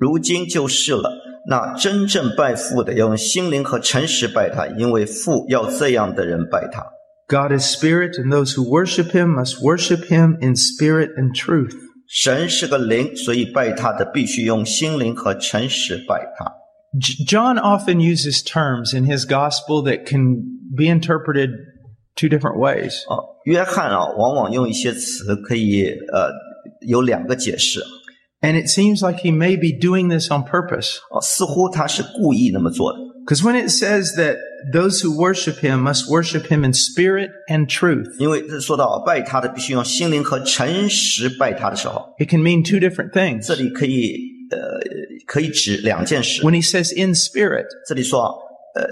[SPEAKER 2] 如今就是了。那真正拜父的，要用心灵和诚实拜他，因为父要这样的人拜他。
[SPEAKER 1] God is spirit, and those who worship him must worship him in spirit and truth.
[SPEAKER 2] 神是个灵，所以拜他的必须用心灵和诚实拜他。
[SPEAKER 1] J- John often uses terms in his gospel that can be interpreted two different ways.
[SPEAKER 2] 啊，约翰啊，往往用一些词可以呃有两个解释哦
[SPEAKER 1] And it seems like he may be doing this on purpose.
[SPEAKER 2] 啊，似乎他是故意那么做的。
[SPEAKER 1] Because when it says that those who worship him must worship him in spirit and truth,
[SPEAKER 2] 因为这说到拜他的必须用心灵和诚实拜他的时候，
[SPEAKER 1] it can mean two different things.
[SPEAKER 2] 这里可以呃可以指两件事。
[SPEAKER 1] When he says in spirit,
[SPEAKER 2] 这里说呃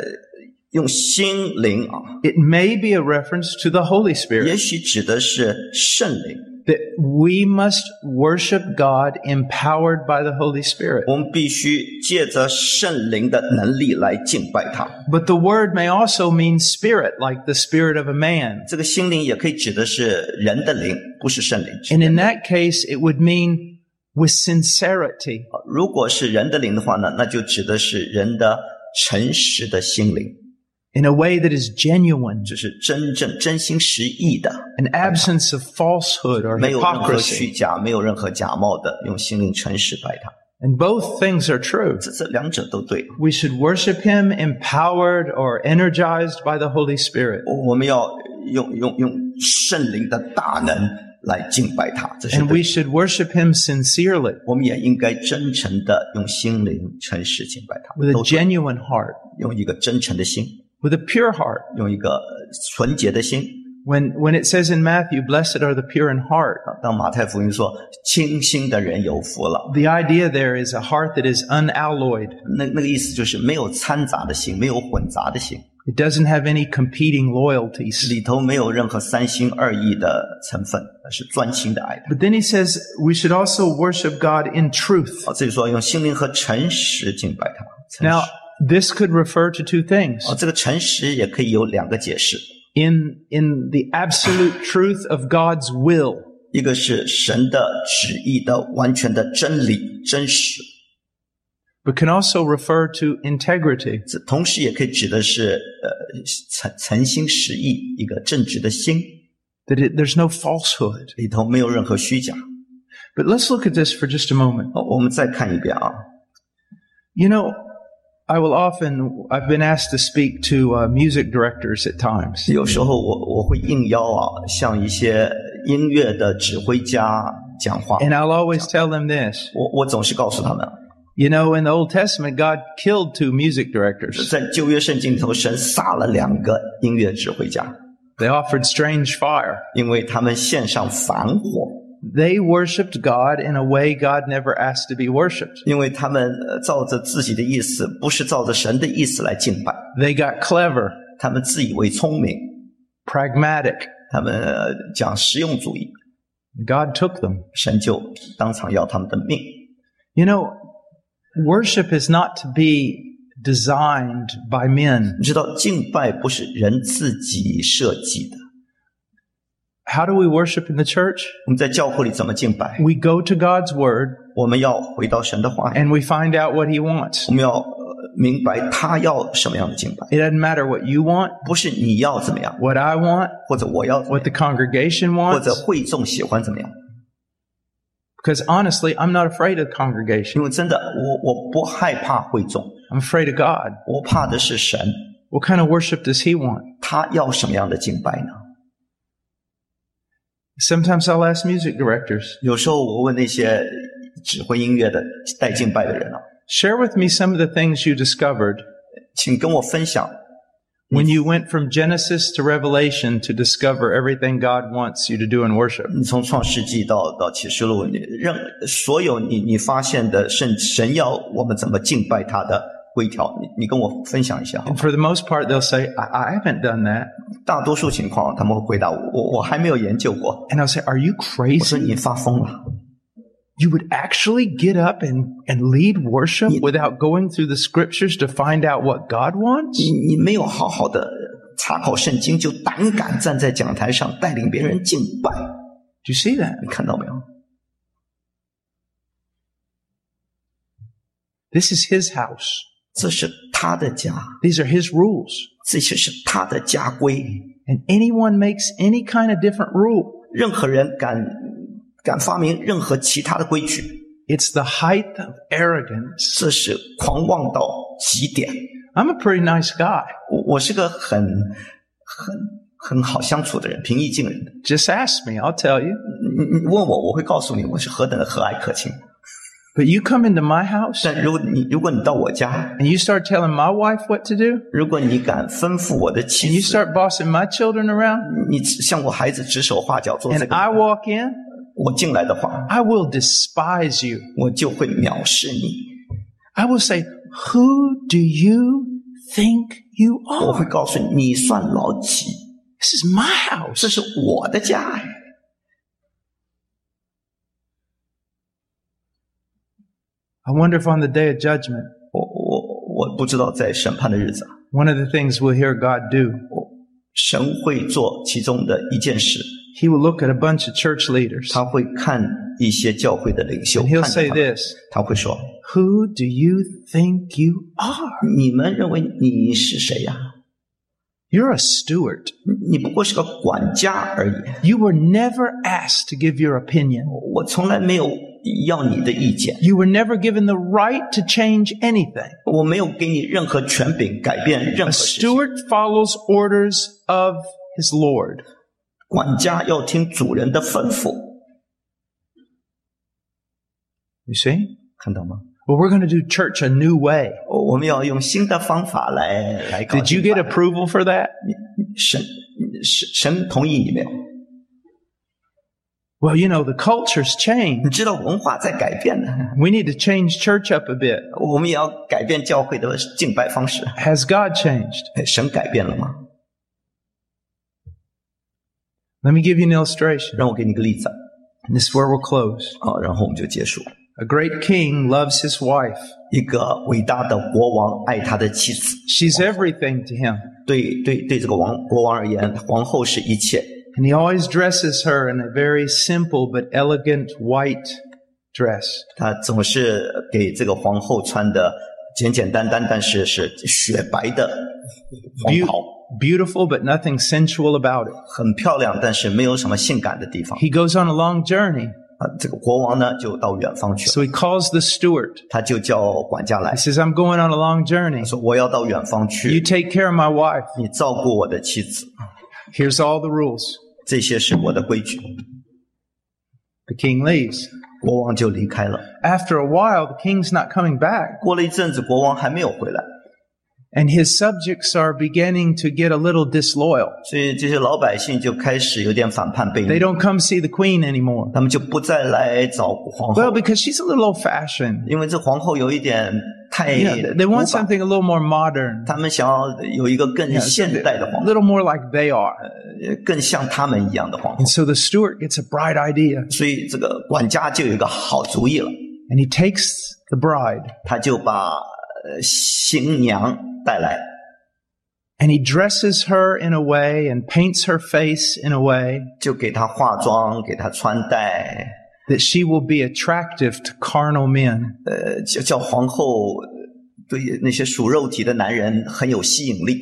[SPEAKER 2] 用心灵啊，
[SPEAKER 1] it may be a reference to the Holy
[SPEAKER 2] 也
[SPEAKER 1] Spirit
[SPEAKER 2] 许指的是圣灵。
[SPEAKER 1] that we must worship God empowered by the Holy Spirit.
[SPEAKER 2] 我们必须借着圣灵的能力来敬拜他。
[SPEAKER 1] But the word may also mean spirit, like the spirit of a man.
[SPEAKER 2] 这个心灵也可以指的是人的灵，不是圣灵。
[SPEAKER 1] And in that case, it would mean with sincerity.
[SPEAKER 2] 如果是人的灵的话呢，那就指的是人的诚实的心灵，
[SPEAKER 1] in a way that is genuine,
[SPEAKER 2] 就是真正真心实意的，
[SPEAKER 1] an absence of falsehood or
[SPEAKER 2] 没有任何虚
[SPEAKER 1] hypocrisy.
[SPEAKER 2] 假，没有任何假冒的，用心灵诚实拜他。
[SPEAKER 1] And both things are true.
[SPEAKER 2] 这这两者都对。
[SPEAKER 1] We should worship Him empowered or energized by the Holy Spirit.
[SPEAKER 2] 我我们要用用用圣灵的大能来敬拜他，这是
[SPEAKER 1] And
[SPEAKER 2] 对。
[SPEAKER 1] we should worship Him sincerely
[SPEAKER 2] 我们也应该真诚的用心灵诚实敬拜他，
[SPEAKER 1] with a
[SPEAKER 2] 都对
[SPEAKER 1] genuine heart,
[SPEAKER 2] 用一个真诚的心，
[SPEAKER 1] with a pure heart.
[SPEAKER 2] 用一个纯洁的心。
[SPEAKER 1] When, when it says in Matthew, blessed are the pure in heart,
[SPEAKER 2] 啊当马太福音说“清心的人有福了”，
[SPEAKER 1] the idea there is a heart that is unalloyed.
[SPEAKER 2] 那那个意思就是没有掺杂的心，没有混杂的心，
[SPEAKER 1] It doesn't have any competing loyalties.
[SPEAKER 2] 里头没有任何三心二意的成分，而是专心的爱他。
[SPEAKER 1] But then he says we should also worship God in truth.
[SPEAKER 2] 好，这哦就说用心灵和诚实敬拜他。诚
[SPEAKER 1] Now,
[SPEAKER 2] 实
[SPEAKER 1] this could refer to two things.
[SPEAKER 2] 哦，这个诚实也可以有两个解释，
[SPEAKER 1] in in the absolute truth of God's will.
[SPEAKER 2] 一个是神的旨意的完全的真理真实，
[SPEAKER 1] but can also refer to integrity.
[SPEAKER 2] 这同时也可以指的是呃诚诚心实意一个正直的心，
[SPEAKER 1] That it, there's no falsehood.
[SPEAKER 2] 里头没有任何虚假。
[SPEAKER 1] But let's look at this for just a moment.
[SPEAKER 2] 哦，我们再看一遍啊，
[SPEAKER 1] You know, I will often I've been asked to speak to uh, music directors at times,
[SPEAKER 2] 有时候我我会应邀啊，向一些音乐的指挥家讲话。
[SPEAKER 1] and I'll always tell them this.
[SPEAKER 2] 我我总是告诉他们，
[SPEAKER 1] You know, in the Old Testament, God killed two music directors.
[SPEAKER 2] 在旧约圣经里头，神杀了两个音乐指挥家，
[SPEAKER 1] They offered strange fire.
[SPEAKER 2] 因为他们献上反火，
[SPEAKER 1] They worshipped God in a way God never asked to be worshipped.
[SPEAKER 2] 因为他们呃照着自己的意思，不是照着神的意思来敬拜，
[SPEAKER 1] They got clever,
[SPEAKER 2] 他们自以为聪明，
[SPEAKER 1] pragmatic.
[SPEAKER 2] 他们呃讲实用主义，
[SPEAKER 1] God took them.
[SPEAKER 2] 神就当场要他们的命。
[SPEAKER 1] You know, worship is not to be designed by men.
[SPEAKER 2] 你知道，敬拜不是人自己设计的。
[SPEAKER 1] How do we worship in the church?
[SPEAKER 2] 我们在教会里怎么敬拜？
[SPEAKER 1] We go to God's word
[SPEAKER 2] 我们要回到神的话语，
[SPEAKER 1] and we find out what he wants.
[SPEAKER 2] 我们要呃明白他要什么样的敬拜，
[SPEAKER 1] It doesn't matter what you want,
[SPEAKER 2] 不是你要怎么样，
[SPEAKER 1] what I want,
[SPEAKER 2] 或者我要怎么
[SPEAKER 1] what
[SPEAKER 2] 样，
[SPEAKER 1] the congregation
[SPEAKER 2] 或者
[SPEAKER 1] wants.
[SPEAKER 2] 会众喜欢怎么样。
[SPEAKER 1] Because honestly, I'm not afraid of the
[SPEAKER 2] 因
[SPEAKER 1] congregation.
[SPEAKER 2] 为真的，我我不害怕会众，
[SPEAKER 1] I'm afraid of God.
[SPEAKER 2] 我怕的是神，
[SPEAKER 1] What kind of worship does he want?
[SPEAKER 2] 他要什么样的敬拜呢？
[SPEAKER 1] Sometimes I'll ask music directors,
[SPEAKER 2] 有时候我问那些指挥音乐的带敬拜的人啊，
[SPEAKER 1] share with me some of the things you discovered
[SPEAKER 2] 请跟我分享
[SPEAKER 1] when you went from Genesis to Revelation to discover everything God wants you to do in worship.
[SPEAKER 2] 你从创世纪到到启示录，你任所有你你发现的圣神要我们怎么敬拜他的规条，你你跟我分享一下好吗
[SPEAKER 1] And？for the most part, they'll say, I, I haven't done that.
[SPEAKER 2] 大多数情况他们会回答我，我我还没有研究过。
[SPEAKER 1] And I'll say, Are you
[SPEAKER 2] 我说
[SPEAKER 1] crazy?
[SPEAKER 2] 你发疯了，
[SPEAKER 1] You would actually get up and, and lead worship without going through the scriptures to find out what God wants?
[SPEAKER 2] 你你没有好好的查考圣经，就胆敢站在讲台上带领别人敬拜，
[SPEAKER 1] Do you see that?
[SPEAKER 2] 你看到没有？
[SPEAKER 1] This is His house.
[SPEAKER 2] 这是他的家，
[SPEAKER 1] These are His rules.
[SPEAKER 2] 这些是他的家规。
[SPEAKER 1] And anyone makes any kind of different rule,
[SPEAKER 2] 任何人敢敢发明任何其他的规矩，
[SPEAKER 1] it's the height of arrogance.
[SPEAKER 2] 这是狂妄到极点。
[SPEAKER 1] I'm a pretty nice guy.
[SPEAKER 2] 我我是个很很很好相处的人，平易近人的。
[SPEAKER 1] Just ask me, I'll tell you.
[SPEAKER 2] 你你你问我，我会告诉你我是何等的和蔼可亲。
[SPEAKER 1] But you come into my house
[SPEAKER 2] 但如果你如果你到我家，
[SPEAKER 1] and you start telling my wife what to do,
[SPEAKER 2] 如果你敢吩咐我的
[SPEAKER 1] and
[SPEAKER 2] 妻
[SPEAKER 1] you
[SPEAKER 2] 子，
[SPEAKER 1] start bossing my children around,
[SPEAKER 2] 你向我孩子指手画脚做这
[SPEAKER 1] and
[SPEAKER 2] 个，
[SPEAKER 1] I walk in,
[SPEAKER 2] 我进来的话，
[SPEAKER 1] I will despise you.
[SPEAKER 2] 我就会藐视你，
[SPEAKER 1] I will say, Who do you think you
[SPEAKER 2] 我会
[SPEAKER 1] are?
[SPEAKER 2] 告诉你，你算老几？
[SPEAKER 1] This is my house.
[SPEAKER 2] 这是我的家呀。
[SPEAKER 1] I wonder if on the day of judgment,
[SPEAKER 2] 我我我不知道在审判的日子啊，
[SPEAKER 1] one of the things we'll hear God do,
[SPEAKER 2] 我神会做其中的一件事，
[SPEAKER 1] He will look at a bunch of church leaders
[SPEAKER 2] 他会看一些教会的领袖，
[SPEAKER 1] and He'll
[SPEAKER 2] 看着
[SPEAKER 1] say
[SPEAKER 2] 他们
[SPEAKER 1] this
[SPEAKER 2] 他会说
[SPEAKER 1] Who do you think you are?：“
[SPEAKER 2] 你们认为你是谁呀、
[SPEAKER 1] You're a steward.
[SPEAKER 2] 你你不过是个管家而已，
[SPEAKER 1] You were never asked to give your opinion.
[SPEAKER 2] 我从来没有要你的意见，
[SPEAKER 1] You were never given the right to change anything.
[SPEAKER 2] 我没有给你任何权柄改变任
[SPEAKER 1] A
[SPEAKER 2] 何事情。
[SPEAKER 1] steward follows orders of his Lord.
[SPEAKER 2] 管家要听主人的吩咐，
[SPEAKER 1] You see?
[SPEAKER 2] 看到吗？
[SPEAKER 1] Well, we're going to do church a new way.
[SPEAKER 2] 我我们要用新的方法来来搞
[SPEAKER 1] Did you
[SPEAKER 2] 定
[SPEAKER 1] get
[SPEAKER 2] 吧。
[SPEAKER 1] approval for that?
[SPEAKER 2] 神神神同意你没有？
[SPEAKER 1] Well, you know, the culture's
[SPEAKER 2] 你
[SPEAKER 1] changed.
[SPEAKER 2] 知道文化在改变呢，
[SPEAKER 1] We need to change church up a bit.
[SPEAKER 2] 我们也要改变教会的敬拜方式。
[SPEAKER 1] Has God changed?
[SPEAKER 2] 哎神改变了吗？
[SPEAKER 1] Let me give you an illustration.
[SPEAKER 2] 让我给你个例子啊，
[SPEAKER 1] And this is where we'll close.
[SPEAKER 2] 啊然后我们就结束。
[SPEAKER 1] A great king loves his wife.
[SPEAKER 2] 一个伟大的国王爱他的妻子，
[SPEAKER 1] She's everything to him.
[SPEAKER 2] 对对对，这个王国王而言，皇后是一切。
[SPEAKER 1] And he always dresses her in a very simple but elegant white dress.
[SPEAKER 2] 他总是给这个皇后穿的简简单单，但是是雪白的黄
[SPEAKER 1] Beau-
[SPEAKER 2] 袍，
[SPEAKER 1] beautiful, but nothing sensual about it.
[SPEAKER 2] 很漂亮，但是没有什么性感的地方。
[SPEAKER 1] He goes on a long journey.
[SPEAKER 2] 啊，这个国王呢就到远方去了，
[SPEAKER 1] So he calls the steward.
[SPEAKER 2] 他就叫管家来
[SPEAKER 1] He says, I'm going on a long journey.
[SPEAKER 2] 说：“我要到远方
[SPEAKER 1] You
[SPEAKER 2] 去，
[SPEAKER 1] take care of my wife.
[SPEAKER 2] 你照顾我的妻子，
[SPEAKER 1] Here's all the rules.
[SPEAKER 2] 这些是我的规矩。
[SPEAKER 1] The king leaves. ”
[SPEAKER 2] 国王就离开了。
[SPEAKER 1] After a while, the king's not coming back.
[SPEAKER 2] 过了一阵子，国王还没有回来，
[SPEAKER 1] And his subjects are beginning to get a little disloyal.
[SPEAKER 2] 所以这些老百姓就开始有点反叛背
[SPEAKER 1] They
[SPEAKER 2] 逆，
[SPEAKER 1] don't come see the queen anymore.
[SPEAKER 2] 他们就不再来找皇
[SPEAKER 1] Well,
[SPEAKER 2] 后，
[SPEAKER 1] because she's a little old fashioned.
[SPEAKER 2] 因为这皇后有一点太
[SPEAKER 1] You know, they- they
[SPEAKER 2] 古
[SPEAKER 1] want
[SPEAKER 2] 板，
[SPEAKER 1] something a little more modern,
[SPEAKER 2] 他们想要有一个更现代的
[SPEAKER 1] a
[SPEAKER 2] 皇后，
[SPEAKER 1] little more like they are.
[SPEAKER 2] 呃更像他们一样的皇后
[SPEAKER 1] And。so the steward gets a bright idea
[SPEAKER 2] 所以这个管家就有一个好主意了。
[SPEAKER 1] and he takes the bride
[SPEAKER 2] 他就把呃新娘带来，
[SPEAKER 1] and he dresses her in a way and paints her face in a way
[SPEAKER 2] 就给她化妆，给她穿戴，
[SPEAKER 1] that she will be attractive to carnal men.
[SPEAKER 2] 呃，叫叫皇后呃对那些属肉体的男人很有吸引力。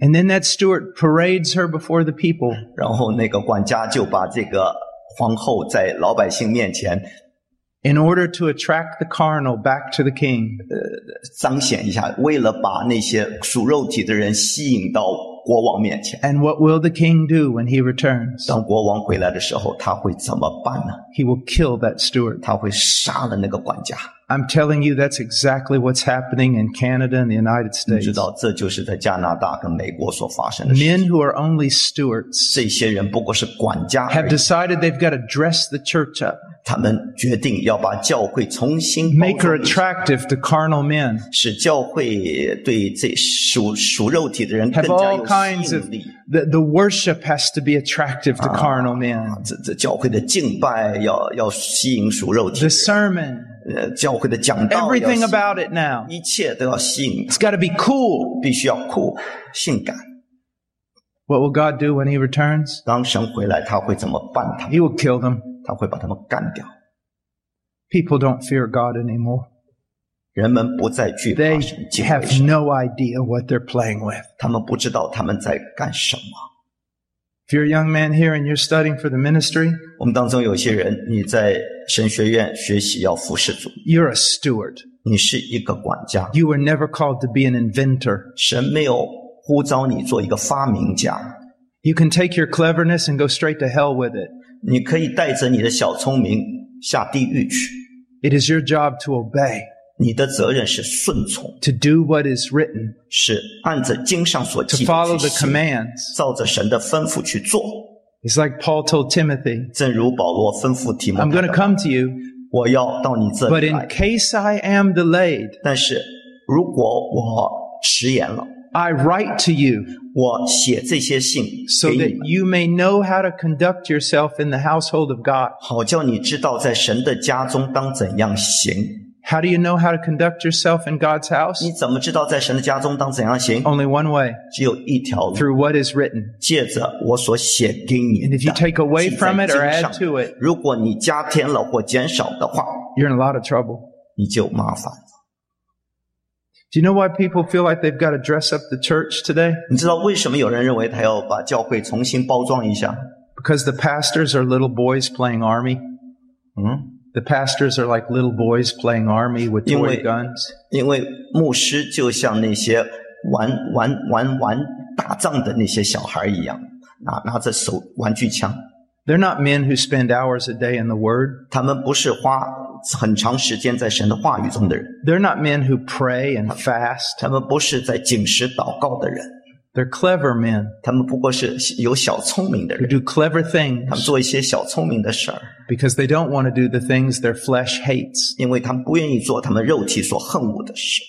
[SPEAKER 1] And then that steward parades her before the people
[SPEAKER 2] 然后那个管家就把这个皇后在老百姓面前
[SPEAKER 1] in order to attract the carnal back to the king.
[SPEAKER 2] 彰显一下，为了把那些属肉体的人吸引到国王面前。
[SPEAKER 1] And what will the king do when he returns?
[SPEAKER 2] 当国王回来的时候，他会怎么办呢？
[SPEAKER 1] He will kill that steward.
[SPEAKER 2] 他会杀了那个管家。
[SPEAKER 1] I'm telling you, that's exactly what's happening in Canada and the United
[SPEAKER 2] 你知
[SPEAKER 1] States.
[SPEAKER 2] 道，这就是在加拿大跟美国所发生的事情
[SPEAKER 1] Men who are only stewards
[SPEAKER 2] 这些人不过是管家而
[SPEAKER 1] have
[SPEAKER 2] 已，
[SPEAKER 1] decided they've got to dress the church up,
[SPEAKER 2] 他们决定要把教会重新包
[SPEAKER 1] make her
[SPEAKER 2] 装，
[SPEAKER 1] attractive to carnal men,
[SPEAKER 2] 使教会对这属属肉体的人更
[SPEAKER 1] have
[SPEAKER 2] 加
[SPEAKER 1] all
[SPEAKER 2] 有
[SPEAKER 1] kinds
[SPEAKER 2] 吸
[SPEAKER 1] of
[SPEAKER 2] 引力。
[SPEAKER 1] the, the worship has to be attractive to carnal men.
[SPEAKER 2] 这这教会的敬拜要要吸引属肉体
[SPEAKER 1] The
[SPEAKER 2] 的
[SPEAKER 1] sermon,
[SPEAKER 2] 人，呃，教会的讲道要吸
[SPEAKER 1] everything
[SPEAKER 2] 引
[SPEAKER 1] about it now.
[SPEAKER 2] 一切都要吸引，
[SPEAKER 1] It's got to be cool.
[SPEAKER 2] 必须要酷、性感。
[SPEAKER 1] What will God do when he returns?
[SPEAKER 2] 当神回来，他会怎么办他？
[SPEAKER 1] He will kill them.
[SPEAKER 2] 他会把他们干掉。
[SPEAKER 1] People don't fear God anymore.
[SPEAKER 2] 人们不再惧怕
[SPEAKER 1] They
[SPEAKER 2] 神，敬畏
[SPEAKER 1] have
[SPEAKER 2] 神，
[SPEAKER 1] no idea what they're playing with.
[SPEAKER 2] 他们不知道他们在干什么。
[SPEAKER 1] If you're a young man here and you're studying for the ministry,
[SPEAKER 2] 我们当中有些人，你在神学院学习要服侍主，
[SPEAKER 1] you're a steward.
[SPEAKER 2] 你是一个管家，
[SPEAKER 1] You were never called to be an inventor.
[SPEAKER 2] 神没有呼召你做一个发明家。
[SPEAKER 1] You can take your cleverness and go straight to hell with it.
[SPEAKER 2] 你可以带着你的小聪明下地狱去，
[SPEAKER 1] It is your job to obey,
[SPEAKER 2] 你的责任是顺从，
[SPEAKER 1] to do what is written,
[SPEAKER 2] 是按着经上所记
[SPEAKER 1] to
[SPEAKER 2] 的
[SPEAKER 1] follow the
[SPEAKER 2] 去行，
[SPEAKER 1] commands.
[SPEAKER 2] 照着神的吩咐去做。
[SPEAKER 1] It's like Paul told Timothy,
[SPEAKER 2] 正如保罗吩咐提摩
[SPEAKER 1] I'm
[SPEAKER 2] 太
[SPEAKER 1] going to
[SPEAKER 2] 的，
[SPEAKER 1] come to you,
[SPEAKER 2] 我要到你这
[SPEAKER 1] but
[SPEAKER 2] 里
[SPEAKER 1] in
[SPEAKER 2] 来。
[SPEAKER 1] case I am delayed,
[SPEAKER 2] 但是如果我迟延了，
[SPEAKER 1] I write to you
[SPEAKER 2] 我写这些信
[SPEAKER 1] so
[SPEAKER 2] 给你
[SPEAKER 1] that
[SPEAKER 2] 们，
[SPEAKER 1] you may know how to conduct yourself in the household of God.
[SPEAKER 2] 好叫你知道在神的家中当怎样行。
[SPEAKER 1] How do you know how to conduct yourself in God's house?
[SPEAKER 2] 你怎么知道在神的家中当怎样行？
[SPEAKER 1] Only one way
[SPEAKER 2] 只有一条路，
[SPEAKER 1] through what is written.
[SPEAKER 2] 借着我所写给你
[SPEAKER 1] And
[SPEAKER 2] 的
[SPEAKER 1] if you
[SPEAKER 2] 记
[SPEAKER 1] take
[SPEAKER 2] 在
[SPEAKER 1] away
[SPEAKER 2] 经
[SPEAKER 1] from it or add
[SPEAKER 2] 上。
[SPEAKER 1] to it,
[SPEAKER 2] 如果你加添了或减少的话，
[SPEAKER 1] you're in a lot of trouble.
[SPEAKER 2] 你就麻烦。
[SPEAKER 1] Do you know why people feel like they've got to dress up the church today?
[SPEAKER 2] 你知道为什么有人认为他要把教会重新包装一下？
[SPEAKER 1] Because the pastors are little boys playing army.
[SPEAKER 2] 嗯，
[SPEAKER 1] The pastors are like little boys playing army with
[SPEAKER 2] You
[SPEAKER 1] toy
[SPEAKER 2] wait.
[SPEAKER 1] guns.
[SPEAKER 2] 因为牧师就像那些玩玩玩玩打仗的那些小孩一样，拿拿着手玩具枪。
[SPEAKER 1] They're not men who spend hours a day in the Word.
[SPEAKER 2] 他们不是花很长时间在神的话语中的人，
[SPEAKER 1] They're not men who pray and fast.
[SPEAKER 2] 他们不是在禁食祷告的人，
[SPEAKER 1] They're clever men
[SPEAKER 2] 他们不过是有小聪明的
[SPEAKER 1] who
[SPEAKER 2] 人，
[SPEAKER 1] do clever
[SPEAKER 2] 他们
[SPEAKER 1] things
[SPEAKER 2] 做一些小聪明的事儿，
[SPEAKER 1] because they don't want to do the things their flesh hates.
[SPEAKER 2] 因为他们不愿意做他们肉体所恨恶的事，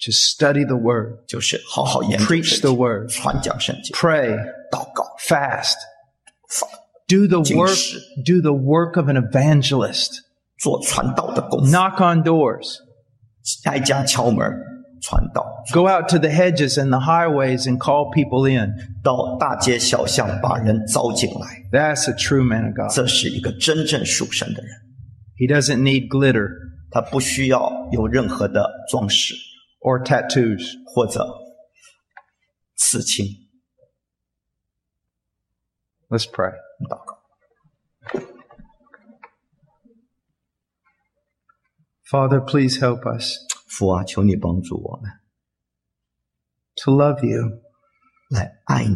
[SPEAKER 1] Just study the Word,
[SPEAKER 2] 就是好好研究
[SPEAKER 1] preach the
[SPEAKER 2] 圣经、
[SPEAKER 1] Word,
[SPEAKER 2] 传讲圣经、
[SPEAKER 1] pray,
[SPEAKER 2] 祷告、
[SPEAKER 1] fast.
[SPEAKER 2] 发
[SPEAKER 1] Do the
[SPEAKER 2] 进
[SPEAKER 1] work,
[SPEAKER 2] 食、
[SPEAKER 1] do the work of an evangelist.
[SPEAKER 2] 做传道的功夫，
[SPEAKER 1] Knock on doors.
[SPEAKER 2] 挨家敲门传道，
[SPEAKER 1] Go out to the hedges and the highways and call people in.
[SPEAKER 2] 到大街小巷把人招进来，
[SPEAKER 1] That's a true man of God.
[SPEAKER 2] 这是一个真正属神的人，
[SPEAKER 1] He doesn't need glitter
[SPEAKER 2] 他不需要有任何的装饰。
[SPEAKER 1] or tattoos.
[SPEAKER 2] 或者刺青
[SPEAKER 1] Let's pray.
[SPEAKER 2] 祷告。
[SPEAKER 1] Father, please help us
[SPEAKER 2] 父啊，求你帮助我们
[SPEAKER 1] to love you
[SPEAKER 2] 来爱你，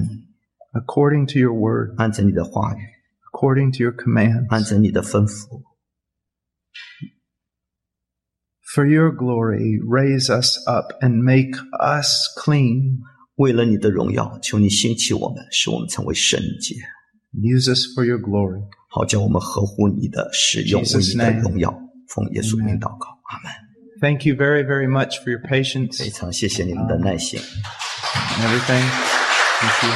[SPEAKER 1] according to your word,
[SPEAKER 2] 按着你的话语，
[SPEAKER 1] according to your
[SPEAKER 2] 按
[SPEAKER 1] commands,
[SPEAKER 2] 着你的吩咐，
[SPEAKER 1] for your glory. Raise us up and make us clean.
[SPEAKER 2] 为了你的荣耀，求你兴起我们，使我们成为圣洁，
[SPEAKER 1] Use us for your glory.
[SPEAKER 2] 好叫我们合乎你的使用，为
[SPEAKER 1] Jesus'
[SPEAKER 2] 你的
[SPEAKER 1] name
[SPEAKER 2] 荣耀。奉耶稣名祷告，阿门。
[SPEAKER 1] Thank you very, very much for your patience
[SPEAKER 2] 非
[SPEAKER 1] and
[SPEAKER 2] 常谢谢你们的耐心。
[SPEAKER 1] everything. Thank you.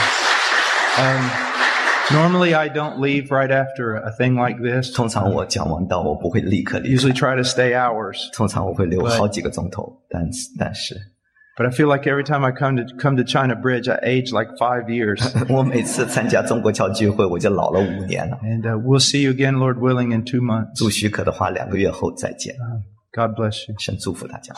[SPEAKER 1] Um, normally, I don't leave right after a thing like this.
[SPEAKER 2] 通常我讲完道，我不会立刻离开，
[SPEAKER 1] Usually, try to stay hours.
[SPEAKER 2] 通常我会留
[SPEAKER 1] But-
[SPEAKER 2] 好几个钟头。但是，但是
[SPEAKER 1] But I feel like every time I come to come to China Bridge, I age like five years.
[SPEAKER 2] 我每次参加中国教聚会，我就老了五年了。
[SPEAKER 1] and uh, we'll see you again, Lord willing, in two months.
[SPEAKER 2] 主许可的话，两个月后再见。
[SPEAKER 1] God bless you.
[SPEAKER 2] 神祝福大家。